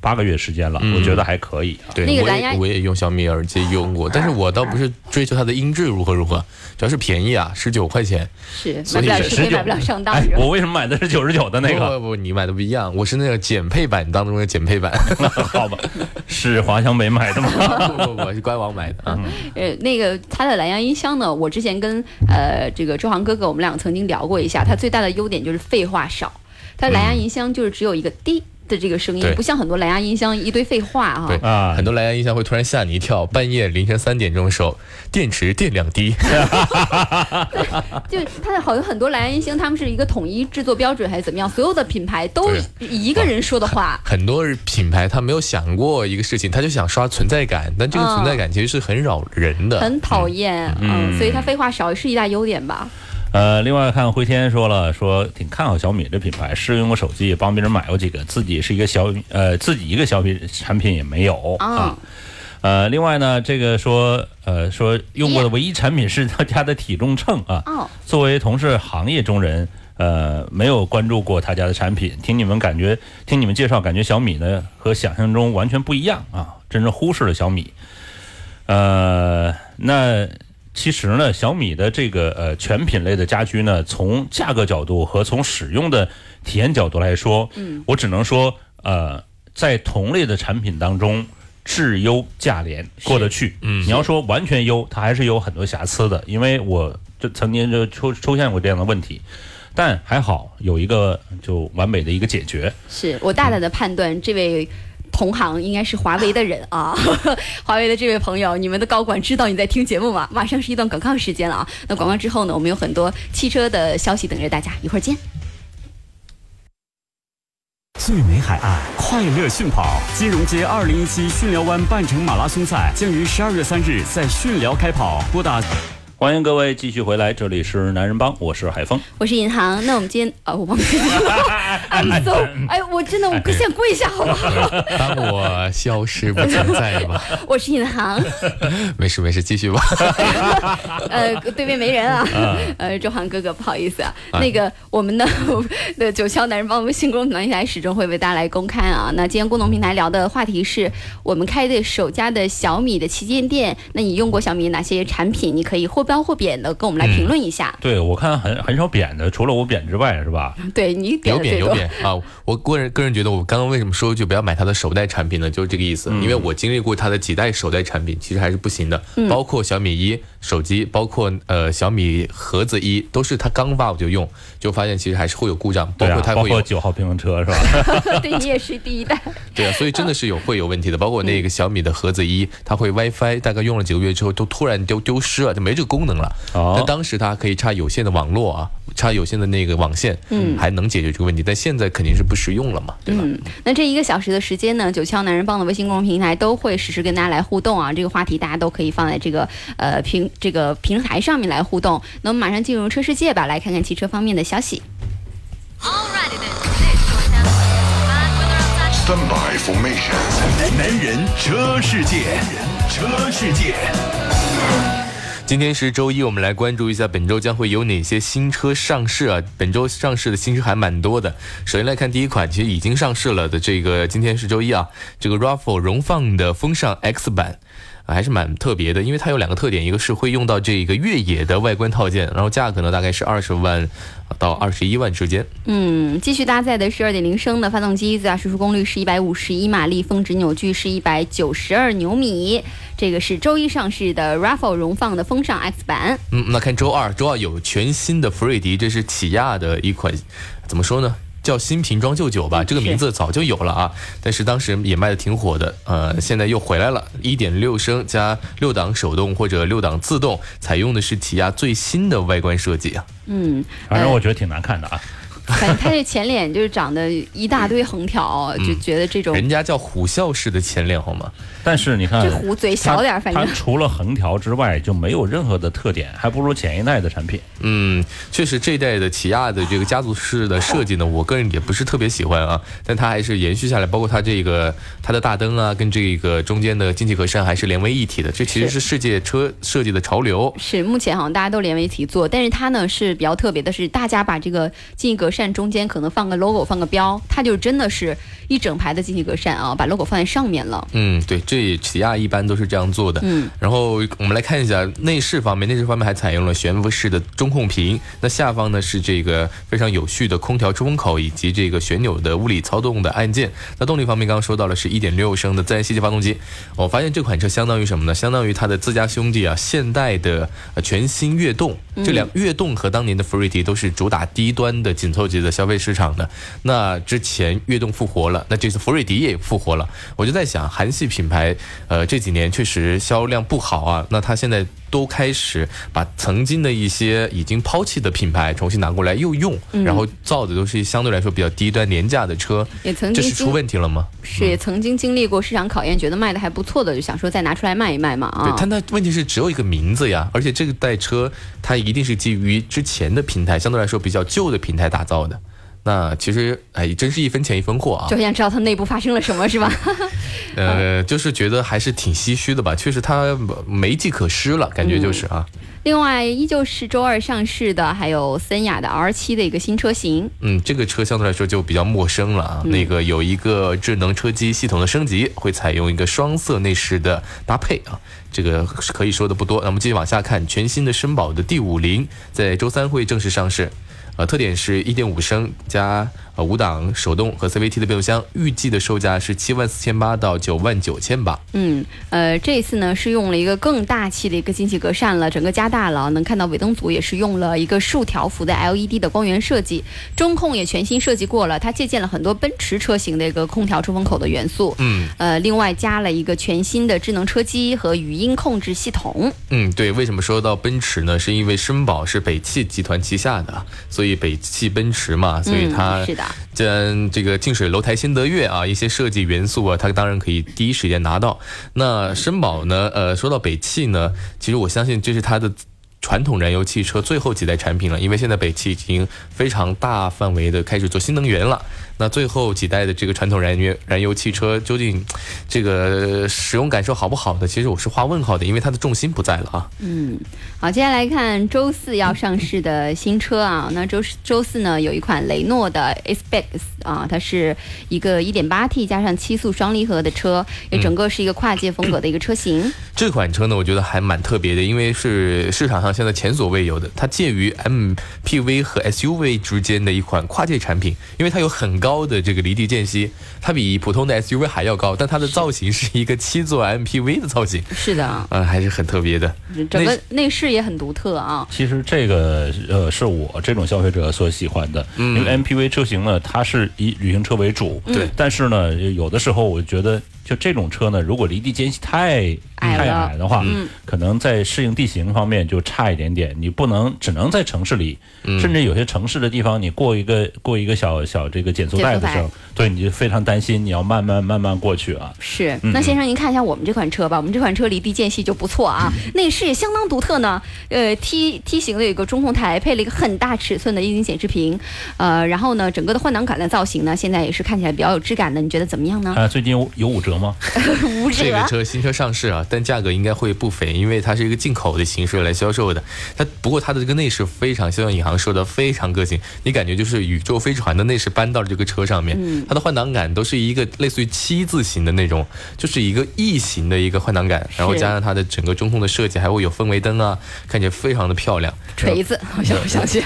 B: 八个月时间了，我觉得还可以啊。
D: 对，
C: 那个
D: 我
C: 蓝牙
D: 也我也用小米耳机用过，但是我倒不是追求它的音质如何如何，主要是便宜啊，十九块钱。
C: 是买
D: 所
C: 不
D: 以
C: 了
D: 是
C: 吃亏，
B: 19
C: 买不了上当
B: 哎
C: 是，吧？
B: 我为什么买的是九十九的那个？
D: 不不不，你买的不一样，我是那个减配版当中的 减配版，
B: 好吧，是华强北买的 吗？
D: 不不不，是官网买的啊。
C: 呃，那个它的蓝牙音箱呢，我之前跟呃这个周航哥哥我们俩曾经聊过一下，它最大的优点就是废话少，它蓝牙音箱就是只有一个滴的这个声音
D: 对，
C: 不像很多蓝牙音箱一堆废话啊。
D: 对
B: 啊
D: 很多蓝牙音箱会突然吓你一跳，半夜凌晨三点钟的时候，电池电量低，
C: 就它的好像很多蓝牙音箱，他们是一个统一制作标准还是怎么样，所有的品牌都
D: 对
C: 一个人说的话。
D: 很多品牌他没有想过一个事情，他就想刷存在感，但这个存在感其实是很扰人的。
C: 很讨厌，嗯，
B: 嗯
C: 所以它废话少也是一大优点吧。
B: 呃，另外看辉天说了，说挺看好小米这品牌，试用过手机，也帮别人买过几个，自己是一个小米，呃，自己一个小米产品也没有
C: 啊
B: 啊。呃，另外呢，这个说，呃，说用过的唯一产品是他家的体重秤啊。
E: 哦，
B: 作为同是行业中人，呃，没有关注过他家的产品，听你们感觉，听你们介绍，感觉小米呢和想象中完全不一样啊，真是忽视了小米。呃，那其实呢，小米的这个呃全品类的家居呢，从价格角度和从使用的体验角度来说，嗯，我只能说，呃，在同类的产品当中。质优价廉过得去，嗯，你要说完全优，它还是有很多瑕疵的，因为我这曾经就出出现过这样的问题，但还好有一个就完美的一个解决，
C: 是我大胆的判断，这位同行应该是华为的人啊。 华为的这位朋友，你们的高管知道你在听节目吗？马上是一段广告时间了啊。那广告之后呢，我们有很多汽车的消息等着大家，一会儿见。
F: 最美海岸，快乐训跑。金融街二零一七训辽湾半程马拉松赛将于十二月三日在训辽开跑，拨打
B: 欢迎各位继续回来，这里是男人帮，我是海峰。
C: 我是银行，那我们 今天啊，我忘记了，I'm so，哎，我真的我先跪下好不好？
D: 嗯当我消失不存在 吧，
C: 我是银行，
D: 没事没事，继 续吧。
C: 呃，对面没人啊， 呃，周航哥哥，不好意思啊，那个我们呢，的 九霄男人帮我们新功能平台始终会为大家来公开啊。那今天功能平台聊的话题是我们开的首家的小米的旗舰店，那你用过小米哪些产品？你可以或褒或贬的跟我们来评论一下。
B: 对我看很很少扁的，除了我扁之外，是吧？
D: 嗯
C: 对你贬
D: 有
C: 的
D: 贬
C: 最
D: 有
C: 多，
D: 贬啊！我个人个人觉得，我刚刚为什么说就不要买它的首代产品呢？就是这个意
C: 嗯
D: 思，因为我经历过它的几代首代产品，其实还是不行的，
C: 嗯
D: 包括小米一手机，包括呃小米盒子一，都是它刚发我就用，就发现其实还是会有故障，包
B: 对
D: 括
B: 啊，
D: 它
B: 包
D: 会有
B: 括九号平衡车是 吧？
C: 对你也是第一代。
D: 对啊，所以真的是有会有问题的，包括那个小米的盒子一，它会 WiFi，大概用了几个月之后都突然丢丢失了，就没这个功能了。
B: 哦
D: 那当时它可以插有线的网络啊，插有线的那个网线，嗯，还能解决这个问题，但现在肯定是不实用了嘛，对吧？
C: 嗯，那这一个小时的时间呢，九霄男人帮的微信公众平台都会实时跟大家来互动啊，这个话题大家都可以放在这个呃平这个平台上面来互动。那我们马上进入车世界吧，来看看汽车方面的消息。
G: Standby formation.
A: 男人车世界，车世界，
D: 今天是周一，我们来关注一下本周将会有哪些新车上市啊？本周上市的新车还蛮多的。首先来看第一款，其实已经上市了的这个，今天是周一啊，这个 RAV4 荣放的风尚 X 版。啊还是蛮特别的，因为它有两个特点，一个是会用到这个越野的外观套件，然后价格呢大概是二十万到二十一万之间。
C: 嗯，继续搭载的是2.0升的发动机，最大输出功率是151马力，峰值扭矩是192牛米。这个是周一上市的 RAV4 荣放的风尚 X 版。
D: 嗯，那看周二，周二有全新的福瑞迪，这是起亚的一款，怎么说呢？叫新瓶装旧酒吧，这个名字早就有了啊，但是当时也卖的挺火的，呃，现在又回来了，一点六升加六档手动或者六档自动，采用的是起亚最新的外观设计啊。
C: 嗯，
B: 反正我觉得挺难看的啊。
C: 反正它这前脸就是长得一大堆横条，就觉得这种
D: 人家叫虎啸式的前脸好吗？
B: 但是你看，
C: 这虎嘴小点儿
B: 它
C: 反正
B: 它除了横条之外就没有任何的特点，还不如前一代的产品。
D: 嗯，确实这一代的起亚的这个家族式的设计呢，我个人也不是特别喜欢啊，但它还是延续下来，包括它这个它的大灯啊，跟这个中间的进气格栅还是连为一体的，这其实是世界车设计的潮流。
C: 是，目前好像大家都连为一体做，但是它呢是比较特别的是，大家把这个进气格栅中间可能放个 logo，放个标，它就真的是一整排的进气格栅啊，把 logo 放在上面了。
D: 嗯，对，这起亚一般都是这样做的。
C: 嗯，
D: 然后我们来看一下内饰方面，内饰方面还采用了悬浮式的中控屏，那下方呢是这个非常有序的空调出风口以及这个旋钮的物理操纵的按键。那动力方面，刚刚说到了是1.6升的自然吸气发动机，我发现这款车相当于什么呢？相当于它的自家兄弟啊，现
C: 嗯
D: 代的呃全新悦动。这两悦动和当年的福瑞迪都是主打低端的紧凑头级的消费市场的。那之前悦动复活了，那这次福瑞迪也复活了。我就在想，韩系品牌，呃，这几年确实销量不好啊，那它现在都开始把曾经的一些已经抛弃的品牌重新拿过来又用，
C: 嗯
D: 然后造的都是相对来说比较低端廉价的车，
C: 也曾
D: 这
C: 经
D: 是
C: 经
D: 出问题了吗？
C: 是也曾经经历过市场考验，觉得卖的还不错的，就想说再拿出来卖一卖嘛
D: 对，
C: 啊
D: 它。那问题是只有一个名字呀，而且这个代车它一定是基于之前的平台，相对来说比较旧的平台打造的。那其实哎，真是一分钱一分货啊
C: 就。很想知道它内部发生了什么，是吧？
D: 呃，就是觉得还是挺唏嘘的吧，确实它没计可施了，感觉就是啊。
C: 另外，依旧是周二上市的，还有森雅的 R 7的一个新车型，
D: 嗯，这个车相对来说就比较陌生了
C: 嗯
D: 啊。那个有一个智能车机系统的升级，会采用一个双色内饰的搭配啊。这个是可以说的不多。那么继续往下看，全新的绅宝的 D 五零在周三会正式上市。呃，特点是1.5升加呃五档手动和 CVT 的变速箱，预计的售价是七万四千八到九万九千八。
C: 嗯，呃，这次呢是用了一个更大气的一个进气格栅了，整个加大了，能看到尾灯组也是用了一个竖条幅的 LED 的光源设计，中控也全新设计过了，它借鉴了很多奔驰车型的一个空调出风口的元素，
D: 嗯
C: 呃，另外加了一个全新的智能车机和语音控制系统，
D: 嗯，对，为什么说到奔驰呢？是因为绅宝是北汽集团旗下的啊，所以北汽奔驰嘛，所以它、
C: 嗯、是的，
D: 既然这个近水楼台先得月啊，一些设计元素啊，它当然可以第一时间拿到。那绅宝呢？呃，说到北汽呢，其实我相信这是它的。传统燃油汽车最后几代产品了，因为现在北汽已经非常大范围的开始做新能源了。那最后几代的这个传统燃油燃油汽车究竟这个使用感受好不好呢？其实我是画问号的，因为它的重心不在了啊。
C: 嗯，好，接下来看周四要上市的新车啊。那周四周四呢，有一款雷诺的 Aspect 啊，它是一个 1.8T 加上七速双离合的车，也整个是一个跨界风格的一个车型。
D: 这款车呢，我觉得还蛮特别的，因为是市场上现在前所未有的，它介于 MPV 和 SUV 之间的一款跨界产品，因为它有很高的这个离地间隙，它比普通的 SUV 还要高，但它的造型是一个七座 MPV 的造型，
C: 是的，
D: 啊、还是很特别的。
C: 整
D: 那
C: 个内饰也很独特啊。
B: 其实这个呃是我这种消费者所喜欢的，因为 MPV 车型呢，它是以旅行车为主，
D: 对
B: 但是呢，有的时候我觉得就这种车呢，如果离地间隙太
C: 矮
B: 太
C: 了
B: 矮嗯的话，可能在适应地形方面就差一点点。你不能只能在城市里，甚至有些城市的地方，你过一个嗯过一个小小这个减速带的时
C: 减速
B: 候，对你就非常担心，你要慢慢慢慢过去啊。
C: 是，那先生您看一下我们这款车吧，我们这款车离地间隙就不错啊，内饰也相当独特呢。呃，T T 型的有一个中控台，配了一个很大尺寸的液晶显示屏，呃，然后呢，整个的换挡杆的造型呢，现在也是看起来比较有质感的，你觉得怎么样呢？
B: 啊，最近有有五折 吗？
C: 五
D: 这个
C: 折，
D: 车新车上市啊，但价格应该会不菲，因为它是一个进口的形式来销售的。它不过它的这个内饰非常，就像尹航说的非常个性，你感觉就是宇宙飞船的内饰搬到了这个车上面。它的换挡杆都是一个类似于七字形的那种，就是一个异形的一个换挡杆，然后加上它的整个中控的设计，还会有氛围灯啊，看起来非常的漂亮，
C: 锤 子，好像不相信。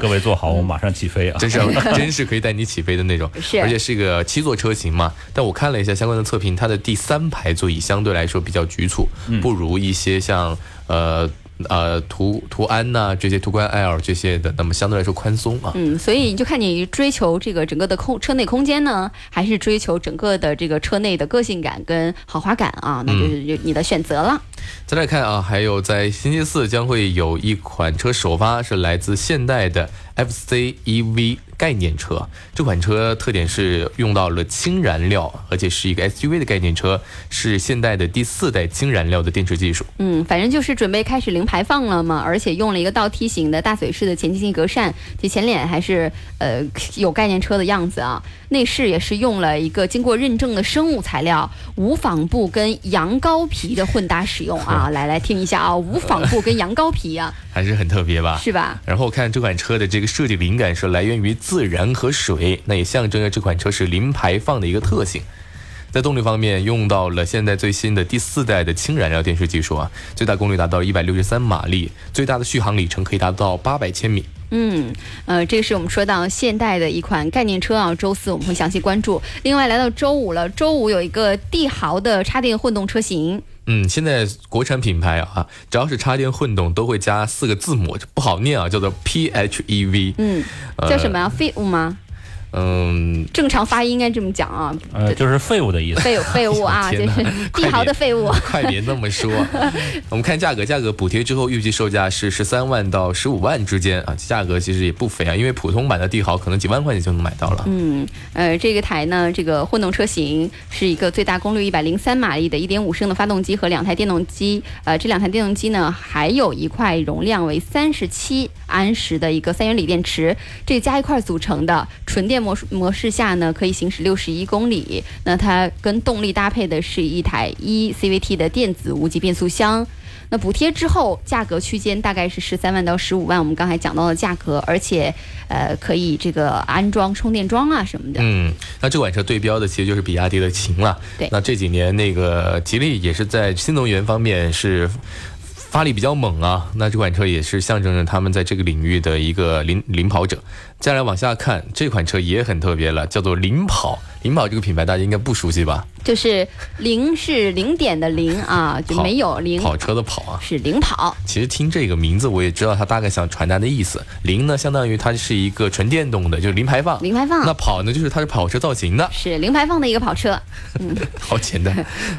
B: 各位坐好，我马上起 飞啊！
D: 真是真是可以带你起飞的那种。
C: 是
D: 而且是个七座车型嘛。但我看了一下相关的测评，它的第三排座椅相对来说比较局促，不如一些像呃呃途途安呐、这些途观 L 这些的，那么相对来说宽松啊。
C: 嗯，所以你就看你追求这个整个的空车内空间呢，还是追求整个的这个车内的个性感跟豪华感啊，那
D: 嗯
C: 就是就你的选择了。
D: 再来看啊，还有在星期四将会有一款车首发，是来自现代的 FC EV 概念车。这款车特点是用到了氢燃料，而且是一个 SUV 的概念车，是现代的第四代氢燃料的电池技术。
C: 嗯，反正就是准备开始零排放了嘛，而且用了一个倒梯形的大嘴式的前进气格栅，这前脸还是呃有概念车的样子啊。内饰也是用了一个经过认证的生物材料，无纺布跟羊羔皮的混搭使用啊。来来听一下啊，无纺布跟羊羔皮 啊，
D: 还是很特别吧？
C: 是吧？
D: 然后看这款车的这个设计灵感是来源于自然和水，那也象征着这款车是零排放的一个特性。在动力方面，用到了现在最新的第四代的氢燃料电池技术啊，最大功率达到一百六十三马力，最大的续航里程可以达到八百千米。
C: 嗯，呃，这是我们说到现代的一款概念车啊，周四我们会详细关注。另外，来到周五了，周五有一个帝豪的插电混动车型，
D: 嗯，现在国产品牌啊，只要是插电混动都会加四个字母，不好念啊，叫做 E PHEV。
C: 嗯，叫什么呀、废物吗？
D: 呃嗯，
C: 正常发音应该这么讲啊，
B: 呃，就是废物的意思。
C: 废物废物啊，
D: 天
C: 就
D: 哪
C: 是帝豪的废物。
D: 快别那 么说。我们看价格，价格补贴之后预计售价是十三万到十五万之间啊，价格其实也不菲啊，因为普通版的帝豪可能几万块钱就能买到了。
C: 嗯，呃，这个台呢，这个混动车型是一个最大功率一百零三马力的一点五升的发动机和两台电动机，呃，这两台电动机呢，还有一块容量为三十七安时的一个三元锂电池，这加一块儿组成的。纯电模式模式下呢，可以行驶六十一公里。那它跟动力搭配的是一台一 CVT 的电子无级变速箱。那补贴之后，价格区间大概是十三万到十五万，我们刚才讲到的价格，而且呃可以这个安装充电桩啊什么的。
D: 嗯，那这款车对标的其实就是比亚迪的秦了。
C: 对
D: 那这几年那个吉利也是在新能源方面是。发力比较猛啊，那这款车也是象征着他们在这个领域的一个领领跑者。再来往下看，这款车也很特别了，叫做领跑。领跑这个品牌大家应该不熟悉吧？
C: 就是零是零点的零啊，就
D: 跑
C: 没有零
D: 跑车的跑啊。
C: 是领跑。
D: 其实听这个名字，我也知道它大概想传达的意思。零呢，相当于它是一个纯电动的，就是零排放。
C: 零排放
D: 那跑呢，就是它是跑车造型的，
C: 是零排放的一个跑车，
D: 好 简单。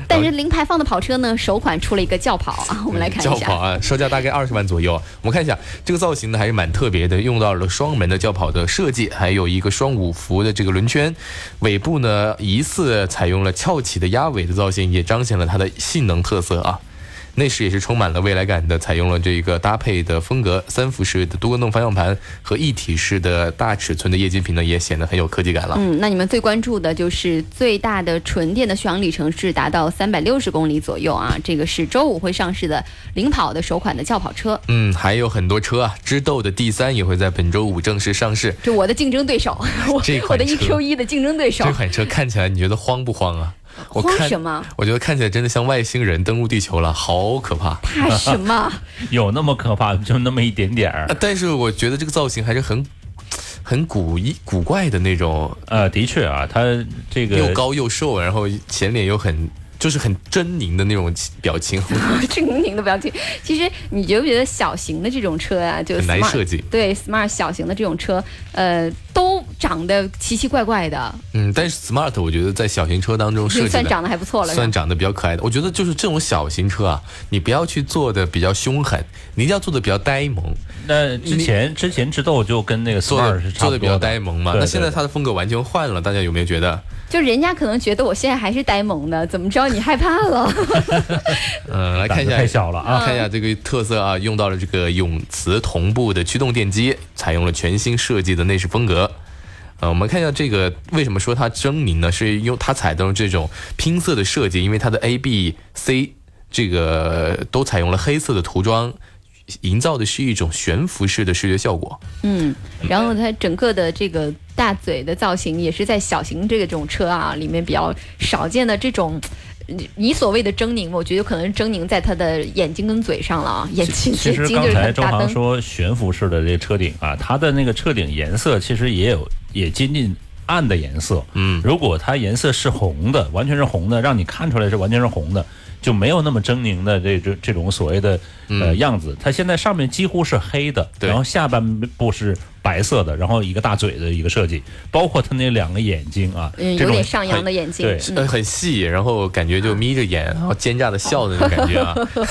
C: 但是零排放的跑车呢，首款出了一个轿跑啊，我们来看
D: 嗯轿
C: 一
D: 跑
C: 下，
D: 啊，售价大概二十万左右。我们看一下这个造型呢，还是蛮特别的，用到了双门的轿跑的设计，还有一个双五辐的这个轮圈，尾部呢疑似采用了翘起的鸭尾的造型，也彰显了它的性能特色啊。内饰也是充满了未来感的，采用了这个搭配的风格，三辐式的多功能方向盘和一体式的大尺寸的液晶屏呢，也显得很有科技感了。
C: 嗯，那你们最关注的就是最大的纯电的续航里程是达到三百六十公里左右啊，这个是周五会上市的领跑的首款的轿跑车，
D: 嗯，还有很多车啊，知豆的第三也会在本周五正式上市。
C: 这我的竞争对手，我
D: 这款
C: 我的
D: 车
C: EQ 一的竞争对手
D: 这，款车看起来你觉得慌不慌啊？我
C: 慌
D: 看
C: 什么？
D: 我觉得看起来真的像外星人登陆地球了，好可怕。
C: 怕什么？
B: 有那么可怕？就那么一点点儿
D: 啊。但是我觉得这个造型还是很很古一古怪的那种，
B: 呃，的确啊，它这个
D: 又高又瘦，然后前脸又很就是很狰狞的那种 表情。
C: 狰狞的表情。其实你觉不觉得小型的这种车啊，就
D: 很难
C: smart,
D: 设计
C: 对 smart 小型的这种车，呃，都长得奇奇怪怪的，
D: 嗯，但是 Smart 我觉得在小型车当中设
C: 就
D: 计
C: 算
D: 的
C: 长得还不错了，是吧
D: 算长得比较可爱的。我觉得就是这种小型车啊，你不要去做的比较凶狠，你一定要做的比较呆萌。
B: 那之前之前知豆就跟那个 s
D: 做
B: m a r
D: 的
B: 是差
D: 做
B: 不多
D: 的比较呆萌嘛。
B: 对
D: 那
B: 对
D: 现在
B: 对
D: 它的风格完全换了，大家有没有觉得？
C: 就人家可能觉得我现在还是呆萌的，怎 么着你害怕 了？
D: 嗯，来看
B: 呃胆
D: 一下，
B: 子太小了啊
D: 看一下这个特色啊，用到了这个永磁同步的驱动电机，采用了全新设计的内饰风格。呃，我们看一下这个为什么说它狰狞呢？是用它采用这种拼色的设计，因为它的 A、B、C 这个都采用了黑色的涂装，营造的是一种悬浮式的视觉效果。
C: 嗯，然后它整个的这个大嘴的造型也是在小型这种车啊里面比较少见的这种。你你所谓的狰狞，我觉得有可能是狰狞在它的眼睛跟嘴上了啊，眼睛
B: 其
C: 眼
B: 实
C: 睛
B: 刚
C: 就是
B: 才
C: 很
B: 周
C: 大
B: 航
C: 灯。
B: 说悬浮式的这车顶啊，它的那个车顶颜色其实也有也接近暗的颜色。
D: 嗯
B: 如果它颜色是红的，完全是红的，让你看出来是完全是红的，就没有那么狰狞的这这这种所谓的呃样子。它现在上面几乎是黑的，
D: 对
B: 然后下半部是白色的，然后一个大嘴的一个设计，包括它那两个眼睛啊，
C: 嗯，
B: 这
C: 有
B: 种
C: 点上扬的眼睛，
B: 对
C: 嗯
D: 呃，很细，然后感觉就眯着眼，然后奸诈的笑的那种感觉啊，
C: 哦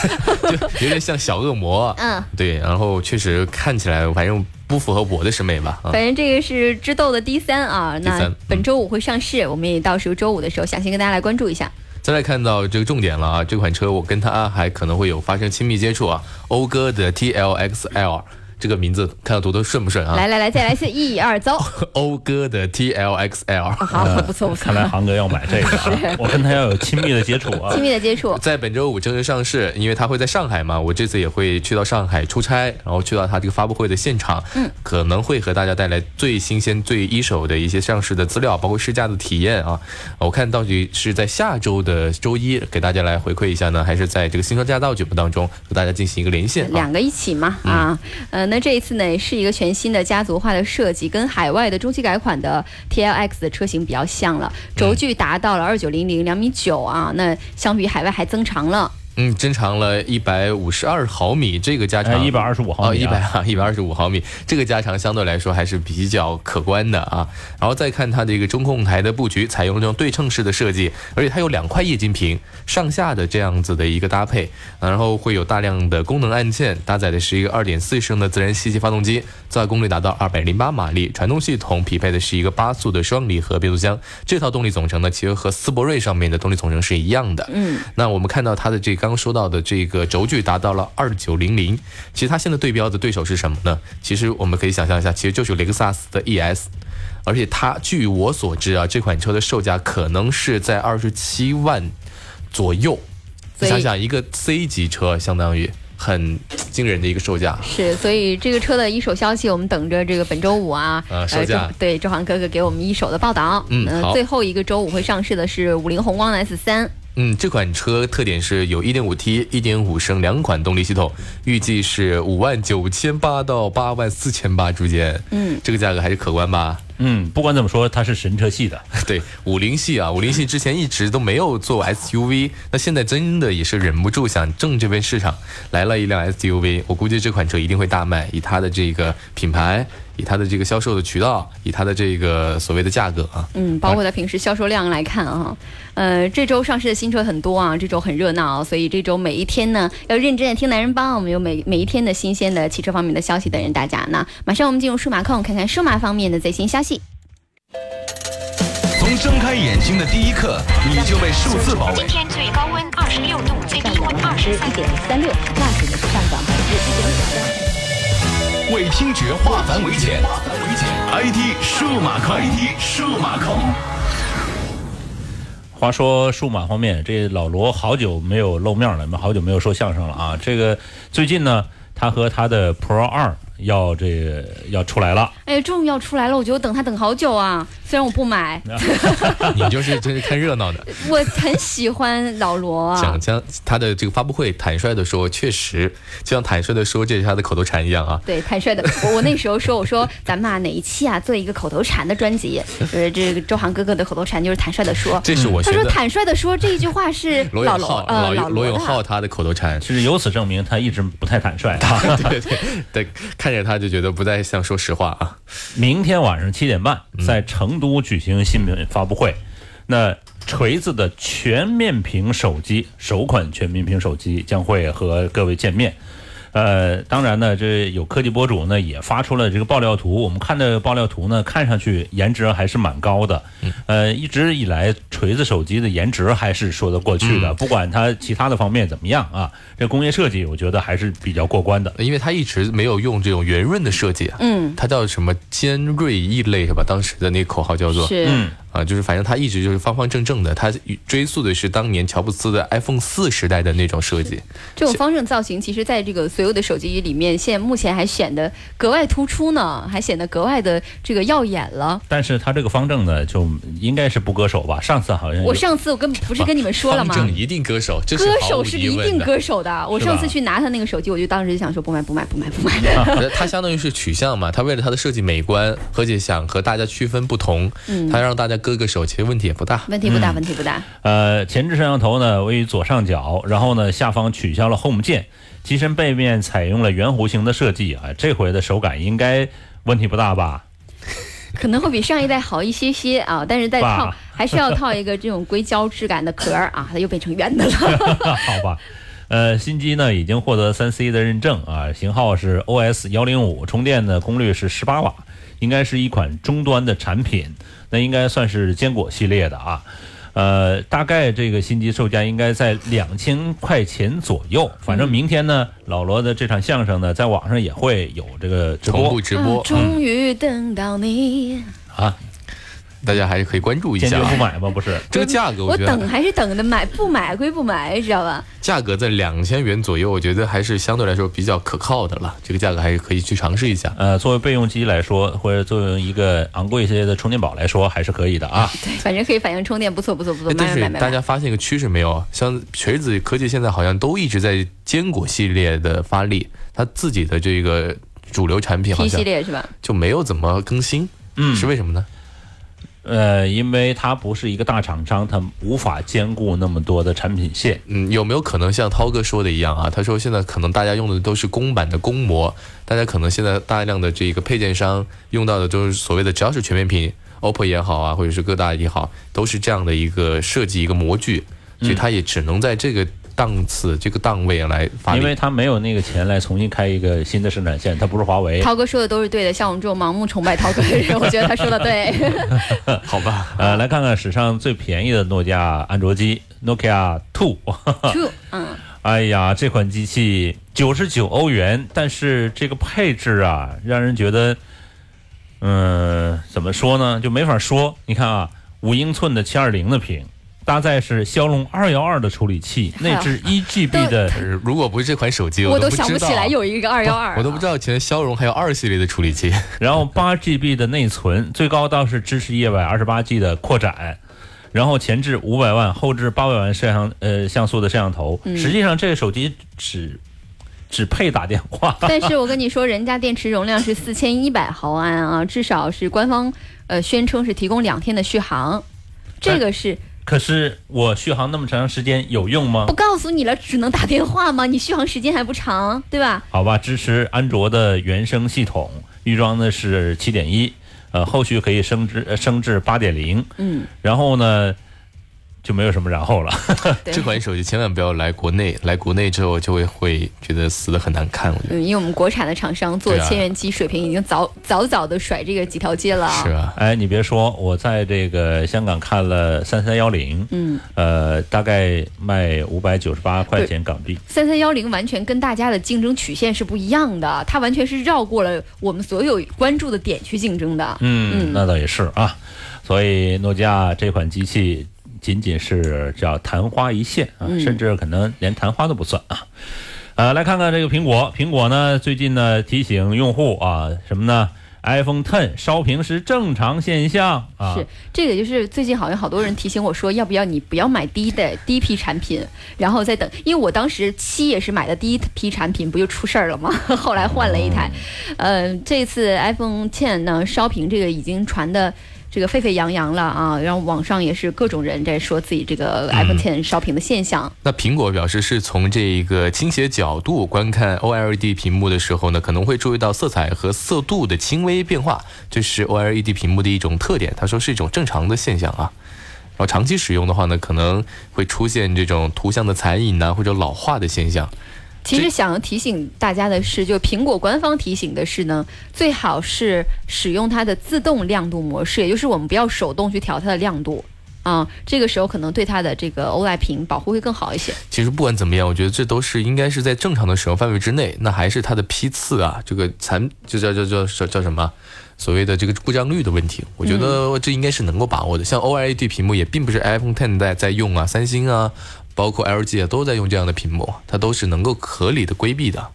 D: 就有点像小恶魔。
E: 嗯，
D: 对，然后确实看起来，反正不符合我的审美吧。啊，
C: 反正这个是知豆的第三啊，
D: 第三嗯
C: 那本周五会上市，我们也到时候周五的时候详细跟大家来关注一下。
D: 再来看到这个重点了啊，这款车我跟它还可能会有发生亲密接触啊。讴歌的 TLXL 这个名字看到读的顺不顺啊
C: 来？来来，再来一次，一二走，
D: 讴歌的 TLXL
C: 好，不错不错
B: 看，来航哥要买这个 啊，我跟他要有亲密的接触啊
C: 亲。密的接触，
D: 在本周五正式上市，因为它会在上海嘛，我这次也会去到上海出差，然后去到它这个发布会的现场，嗯，可能会和大家带来最新鲜、最一手的一些上市的资料，包括试驾的体验啊。我看到底是在下周的周一给大家来回馈一下呢，还是在这个新车驾到节目当中和大家进行一个连线啊？
C: 两个一起嘛啊，呃，那这一次呢也是一个全新的家族化的设计，跟海外的中期改款的 TLX 的车型比较像了，轴距达到了二九零零两米九啊，那相比海外还增长了。
D: 嗯，增长了一百五十二毫米，这个加
B: 哎，
D: 长
B: 一百二十五毫米、
D: 哦，一
B: 啊，
D: 百啊，一百二十五毫米，这个加长相对来说还是比较可观的啊。然后再看它这个中控台的布局，采用了这种对称式的设计，而且它有两块液晶屏上下的这样子的一个搭配，啊然后会有大量的功能按键，搭载的是一个二点四升的自然吸气发动机，最大功率达到二百零八马力，传动系统匹配的是一个八速的双离合变速箱。这套动力总成呢，其实和斯铂瑞上面的动力总成是一样的。
C: 嗯，
D: 那我们看到它的这刚刚说到的这个轴距达到了二九零零，其实它现在对标的对手是什么呢？其实我们可以想象一下，其实就是雷克萨斯的 ES，而且它据我所知啊，这款车的售价可能是在二十七万左右。
C: 所以
D: 你想想，一个 C 级车相当于很惊人的一个售价。
C: 是，所以这个车的一手消息，我们等着这个本周五啊，
D: 呃售价
C: 周对周航哥哥给我们一手的报道。
D: 嗯
C: 呃
D: 好
C: 最后一个周五会上市的是五菱宏光的 S 三，
D: 嗯，这款车特点是有 1.5T、1.5升两款动力系统，预计是五万九千八到八万四千八之间。
C: 嗯，
D: 这个价格还是可观吧？
B: 嗯，不管怎么说，它是神车系的，
D: 对，五菱系啊，五菱系之前一直都没有做 SUV，那现在真的也是忍不住想挣这份市场，来了一辆 SUV，我估计这款车一定会大卖，以它的这个品牌，以它的这个销售的渠道，以它的这个所谓的价格啊，
C: 嗯，包括它平时销售量来看啊，呃，这周上市的新车很多啊，这周很热闹，所以这周每一天呢要认真的听男人帮，我们有每每一天的新鲜的汽车方面的消息等着大家呢。马上我们进入数码控，看看数码方面的最新消息。
A: 从睁开眼睛的第一刻，你就被数字包围
G: 今。天最高温二十六度，最低温二十三度。
E: 三六，那指的是上涨百分之一点五。
A: 为听觉化繁为简，IT 数码控，IT 数码控。
B: 话说数码方面，这老罗好久没有露面了，好久没有说相声了啊。这个最近呢，他和他的 Pro 二要这个要出来了，
C: 哎，终于要出来了，我觉得我等它等好久啊，虽然我不买，
D: 你就是真是看热闹的。
C: 我很喜欢老罗啊
D: 讲。将它的这个发布会，坦率的说，确实就像坦率的说这是它的口头禅一样啊。
C: 对，坦率的，我我那时候说，我说咱们啊哪一期啊做一个口头禅的专 辑，呃，这个周航哥哥的口头禅就是坦率的说，
D: 这是我
C: 嗯他
D: 学
C: 说
D: 的。
C: 坦率的说这一句话是
D: 罗
C: 老
D: 永
C: 罗
D: 浩，
C: 呃老
D: 老罗
C: 罗
D: 永
C: 的
D: 浩他的口 头禅，
B: 其实由此证明他一直不太坦率。啊
D: 对对对，看着他就觉得不再像说实话啊。
B: 明天晚上七点半在成都举行新品发布会，那锤子的全面屏手机首款全面屏手机将会和各位见面。呃，当然呢，这有科技博主呢也发出了这个爆料图，我们看的爆料图呢，看上去颜值还是蛮高的。呃，一直以来锤子手机的颜值还是说得过去的，不管它其他的方面怎么样啊，这工业设计我觉得还是比较过关的。
D: 因为它一直没有用这种圆润的设计啊，
C: 嗯，
D: 它叫什么尖锐异类是吧？当时的那个口号叫做
C: 是，
B: 嗯，
D: 啊，就是反正它一直就是方方正正的，它追溯的是当年乔布斯的 iPhone 四时代的那种设计。
C: 这种方正造型，其实在这个所呃有的手机里面，现在目前还显得格外突出呢，还显得格外的这个耀眼了。
B: 但是它这个方正呢，就应该是不割手吧？上次好
D: 嗯
B: 像有
C: 我上次我跟不是跟你们说了吗？
D: 方正一定歌手，这是
C: 歌
D: 毫
C: 手
D: 无
C: 是
D: 疑
C: 一
D: 问
C: 定
D: 的。
C: 歌手的。我
B: 是吧
C: 上次去拿他那个手机，我就当时就想说不买不买不买不买。
D: 它相当于是取向嘛，它为了它的设计美观，而且想和大家区分不同，
C: 嗯
D: 它让大家割个手，其实问题也不大。
C: 问题不大，问题不大。
B: 呃，前置摄像头呢位于左上角，然后呢下方取消了 Home 键，机身背面采用了圆弧形的设计啊，这回的手感应该问题不大吧？
C: 可能会比上一代好一些些啊，但是再
B: 爸
C: 套还是要套一个这种硅胶质感的壳儿 啊，它又变成圆的了。
B: 好吧。呃，新机呢已经获得三 C 的认证啊，型号是 OS 幺零五，充电的功率是十八瓦，应该是一款终端的产品，那应该算是坚果系列的啊。呃，大概这个新机售价应该在两千块钱左右。反正明天呢，老罗的这场相声呢，在网上也会有这个直
D: 同
B: 播
D: 步直播嗯
C: 啊， 终于等到你，
B: 啊，
D: 大家还是可以关注一
B: 坚决
D: 下啊。
B: 不买吗？不是，
D: 这个价格，
C: 我
D: 我觉
C: 等
D: 得
C: 还是等的，买不买归不买，知道吧？
D: 价格在两千元左右，我觉得还是相对来说比较可靠的了。这个价格还是可以去尝试一下。
B: 呃，作为备用机来说，或者作为一个昂贵一些的充电宝来说，还是可以的啊。
C: 对，反正可以反应充电，不错不错不错，
D: 哎但
C: 买
D: 是
C: 买买买
D: 大
C: 买。
D: 家发现一个趋势没有？像锤子科技现在好像都一直在坚果系列的发力，它自己的这个主流产品好
C: P 系
D: 像
C: 列是吧？
D: 就没有怎么更新，
B: 嗯
D: 是为什么呢？
B: 呃，因为它不是一个大厂商，它无法兼顾那么多的产品线。
D: 嗯，有没有可能像涛哥说的一样啊？他说现在可能大家用的都是公版的公模，大家可能现在大量的这个配件商用到的都是所谓的只要是全面屏，OPPO 也好啊，或者是各大也好，都是这样的一个设计一个模具，所以它也只能在这个档次、这个档位来发力。
B: 因为它没有那个钱来重新开一个新的生产线，它不是华为。
C: 涛哥说的都是对的，像我们这种盲目崇拜涛哥的人，我觉得他说的对。
D: 好吧，
B: 呃，来看看史上最便宜的诺基亚安卓机 Nokia Two。
D: 啊
C: True，嗯，
B: 哎呀，这款机器九十九欧元，但是这个配置啊，让人觉得，嗯、怎么说呢，就没法说。你看啊，五英寸的七二零的屏，搭载是骁龙二幺二的处理器，内置一 GB 的
D: 呃如果不是这款手机，
C: 我
D: 都
C: 都
D: 不
C: 想
D: 知
C: 不
D: 道
C: 起来有一个二幺二，啊
D: 我都不知道前骁龙还有二系列的处理器。
B: 然后八 GB 的内存，最高倒是支持一百二十八 G 的扩展，然后前置五百万，后置八百万摄像呃像素的摄像头。实际上这个手机只只配打电话，
C: 但是我跟你说，人家电池容量是四千一百毫安啊，至少是官方呃宣称是提供两天的续航，这个是
B: 可是我续航那么长时间有用吗
C: 不？告诉你了，只能打电话吗？你续航时间还不长，对吧？
B: 好吧，支持安卓的原生系统，预装的是七点一，呃，后续可以升至呃升至八点零，
C: 嗯，
B: 然后呢就没有什么然后了。
C: 对
D: 这。款手机千万不要来国内，来国内之后就会会觉得死的很难看。我觉得
C: 嗯，因为我们国产的厂商做
D: 对啊
C: 千元机水平已经早早早的甩这个几条街了啊。
D: 是啊，
B: 哎，你别说，我在这个香港看了三三幺零，
C: 嗯，
B: 呃，大概卖五百九十八块钱港币。
C: 三三幺零完全跟大家的竞争曲线是不一样的，它完全是绕过了我们所有关注的点去竞争的。
B: 嗯，那倒也是啊。所以诺基亚这款机器仅仅是叫昙花一现
C: 嗯
B: 啊，甚至可能连昙花都不算啊。呃，来看看这个苹果，苹果呢最近呢提醒用户啊什么呢？iPhone Ten 烧屏是正常现象啊。
C: 是，这个就是最近好像好多人提醒我说，要不要你不要买第一代第一批产品，然后再等，因为我当时七也是买的第一批产品，不就出事儿了吗？ 后来换了一台，呃，这次 iPhone Ten 呢烧屏这个已经传的。这个沸沸扬扬了啊，然后网上也是各种人在说自己这个 iPhone Ten 烧屏的现象。
D: 那苹果表示是从这一个倾斜角度观看 OLED 屏幕的时候呢，可能会注意到色彩和色度的轻微变化，这是 OLED 屏幕的一种特点。他说是一种正常的现象啊。然后长期使用的话呢，可能会出现这种图像的残影啊，或者老化的现象。
C: 其实想要提醒大家的是，就苹果官方提醒的是呢，最好是使用它的自动亮度模式，也就是我们不要手动去调它的亮度。啊、这个时候可能对它的这个 OLED 屏保护会更好一些。
D: 其实不管怎么样，我觉得这都是应该是在正常的使用范围之内。那还是它的批次啊，这个残就叫叫叫叫叫什么啊？所谓的这个故障率的问题，我觉得这应该是能够把握的。像 OLED 屏幕也并不是 iPhone Ten 在在用啊，三星啊，包括 LG 啊都在用这样的屏幕，它都是能够合理的规避的。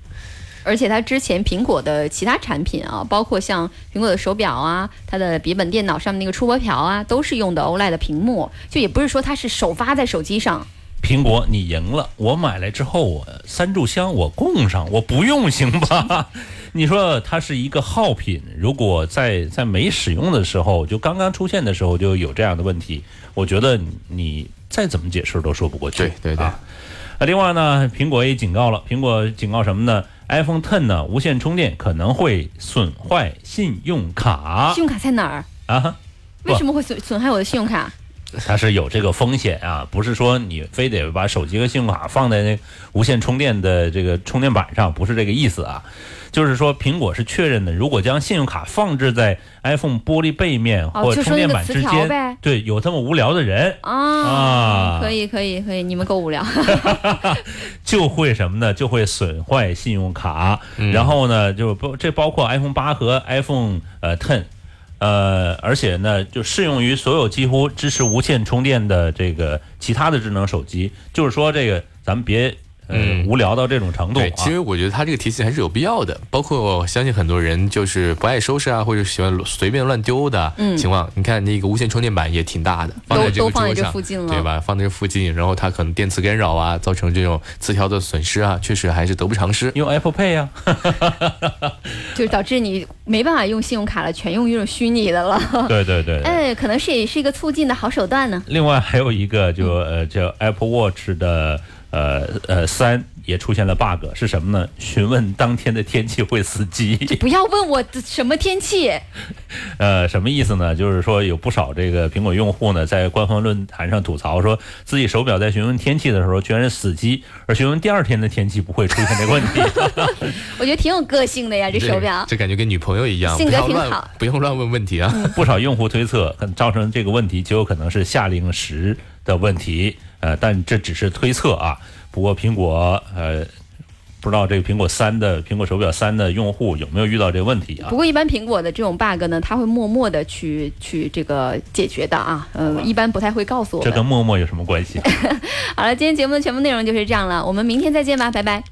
C: 而且它之前苹果的其他产品啊，包括像苹果的手表啊，它的笔记本电脑上面那个触摸条啊，都是用的 OLED 的屏幕，就也不是说它是首发在手机上。
B: 苹果，你赢了！我买来之后，我三炷香我供上，我不用行吧？ 你说它是一个耗品，如果在在没使用的时候，就刚刚出现的时候就有这样的问题，我觉得你你再怎么解释都说不过去。
D: 对对对
B: 啊那另外呢，苹果也警告了，苹果警告什么呢？iPhone Ten 呢，无线充电可能会损坏信用卡
C: 信用卡在哪儿？
B: 啊，
C: 为什么会损损害我的信用卡？
B: 它是有这个风险啊，不是说你非得把手机和信用卡放在那无线充电的这个充电板上，不是这个意思啊。就是说，苹果是确认的，如果将信用卡放置在 iPhone 玻璃背面
C: 哦
B: 或
C: 就
B: 充
C: 剩一
B: 电
C: 个
B: 板
C: 磁
B: 之
C: 条
B: 间，
C: 呗
B: 对，有这么无聊的人啊
C: 啊，可以可以可以，你们够无聊。
B: 就会什么呢？就会损坏信用卡。
D: 嗯
B: 然后呢，就包这包括 iPhone 八和 iPhone 呃 Ten，呃，而且呢，就适用于所有几乎支持无线充电的这个其他的智能手机。就是说，这个咱们别呃、
D: 嗯
B: 无聊到这种程度
D: 对，
B: 啊
D: 其。实我觉得他这个提醒还是有必要的。包括我相信很多人就是不爱收拾啊，或者喜欢随便乱丢的情况。你看那个无线充电板也挺大的，放在这
C: 嗯都
D: 个
C: 都放在
D: 桌
C: 这
D: 上，
C: 附近了
D: 对吧？放在这附近，然后它可能电磁干扰啊，造成这种磁条的损失啊，确实还是得不偿失。
B: 用 Apple Pay 啊，
C: 就是导致你没办法用信用卡了，全用一种虚拟的了。
B: 对对对。对
E: 哎，可能是也是一个促进的好手段呢。
B: 另外还有一个就
D: 嗯
B: 呃叫 Apple Watch 的呃呃三也出现了 bug，是什么呢？询问当天的天气会死机。
C: 不要问我什么天气，
B: 呃，什么意思呢？就是说有不少这个苹果用户呢，在官方论坛上吐槽说，自己手表在询问天气的时候居然是死机，而询问第二天的天气不会出现这个问 题。
C: 我觉得挺有个性的呀，这手表。
D: 这感觉跟女朋友一样，
C: 性
D: 不
C: 格
D: 要
C: 挺
D: 乱
C: 好，
D: 不用乱问问题啊。
B: 不少用户推测，可能造成这个问题极有可能是夏令时的问题，呃，但这只是推测啊。不过苹果呃，不知道这个苹果三的苹果手表三的用户有没有遇到这个问题啊
C: 不？过一般苹果的这种 bug 呢，它会默默的去去这个解决的啊，嗯、一般不太会告诉我
B: 这跟
C: 们。
B: 陌陌有什么关系？
C: 好了，今天节目的全部内容就是这样了，我们明天再见吧，拜拜。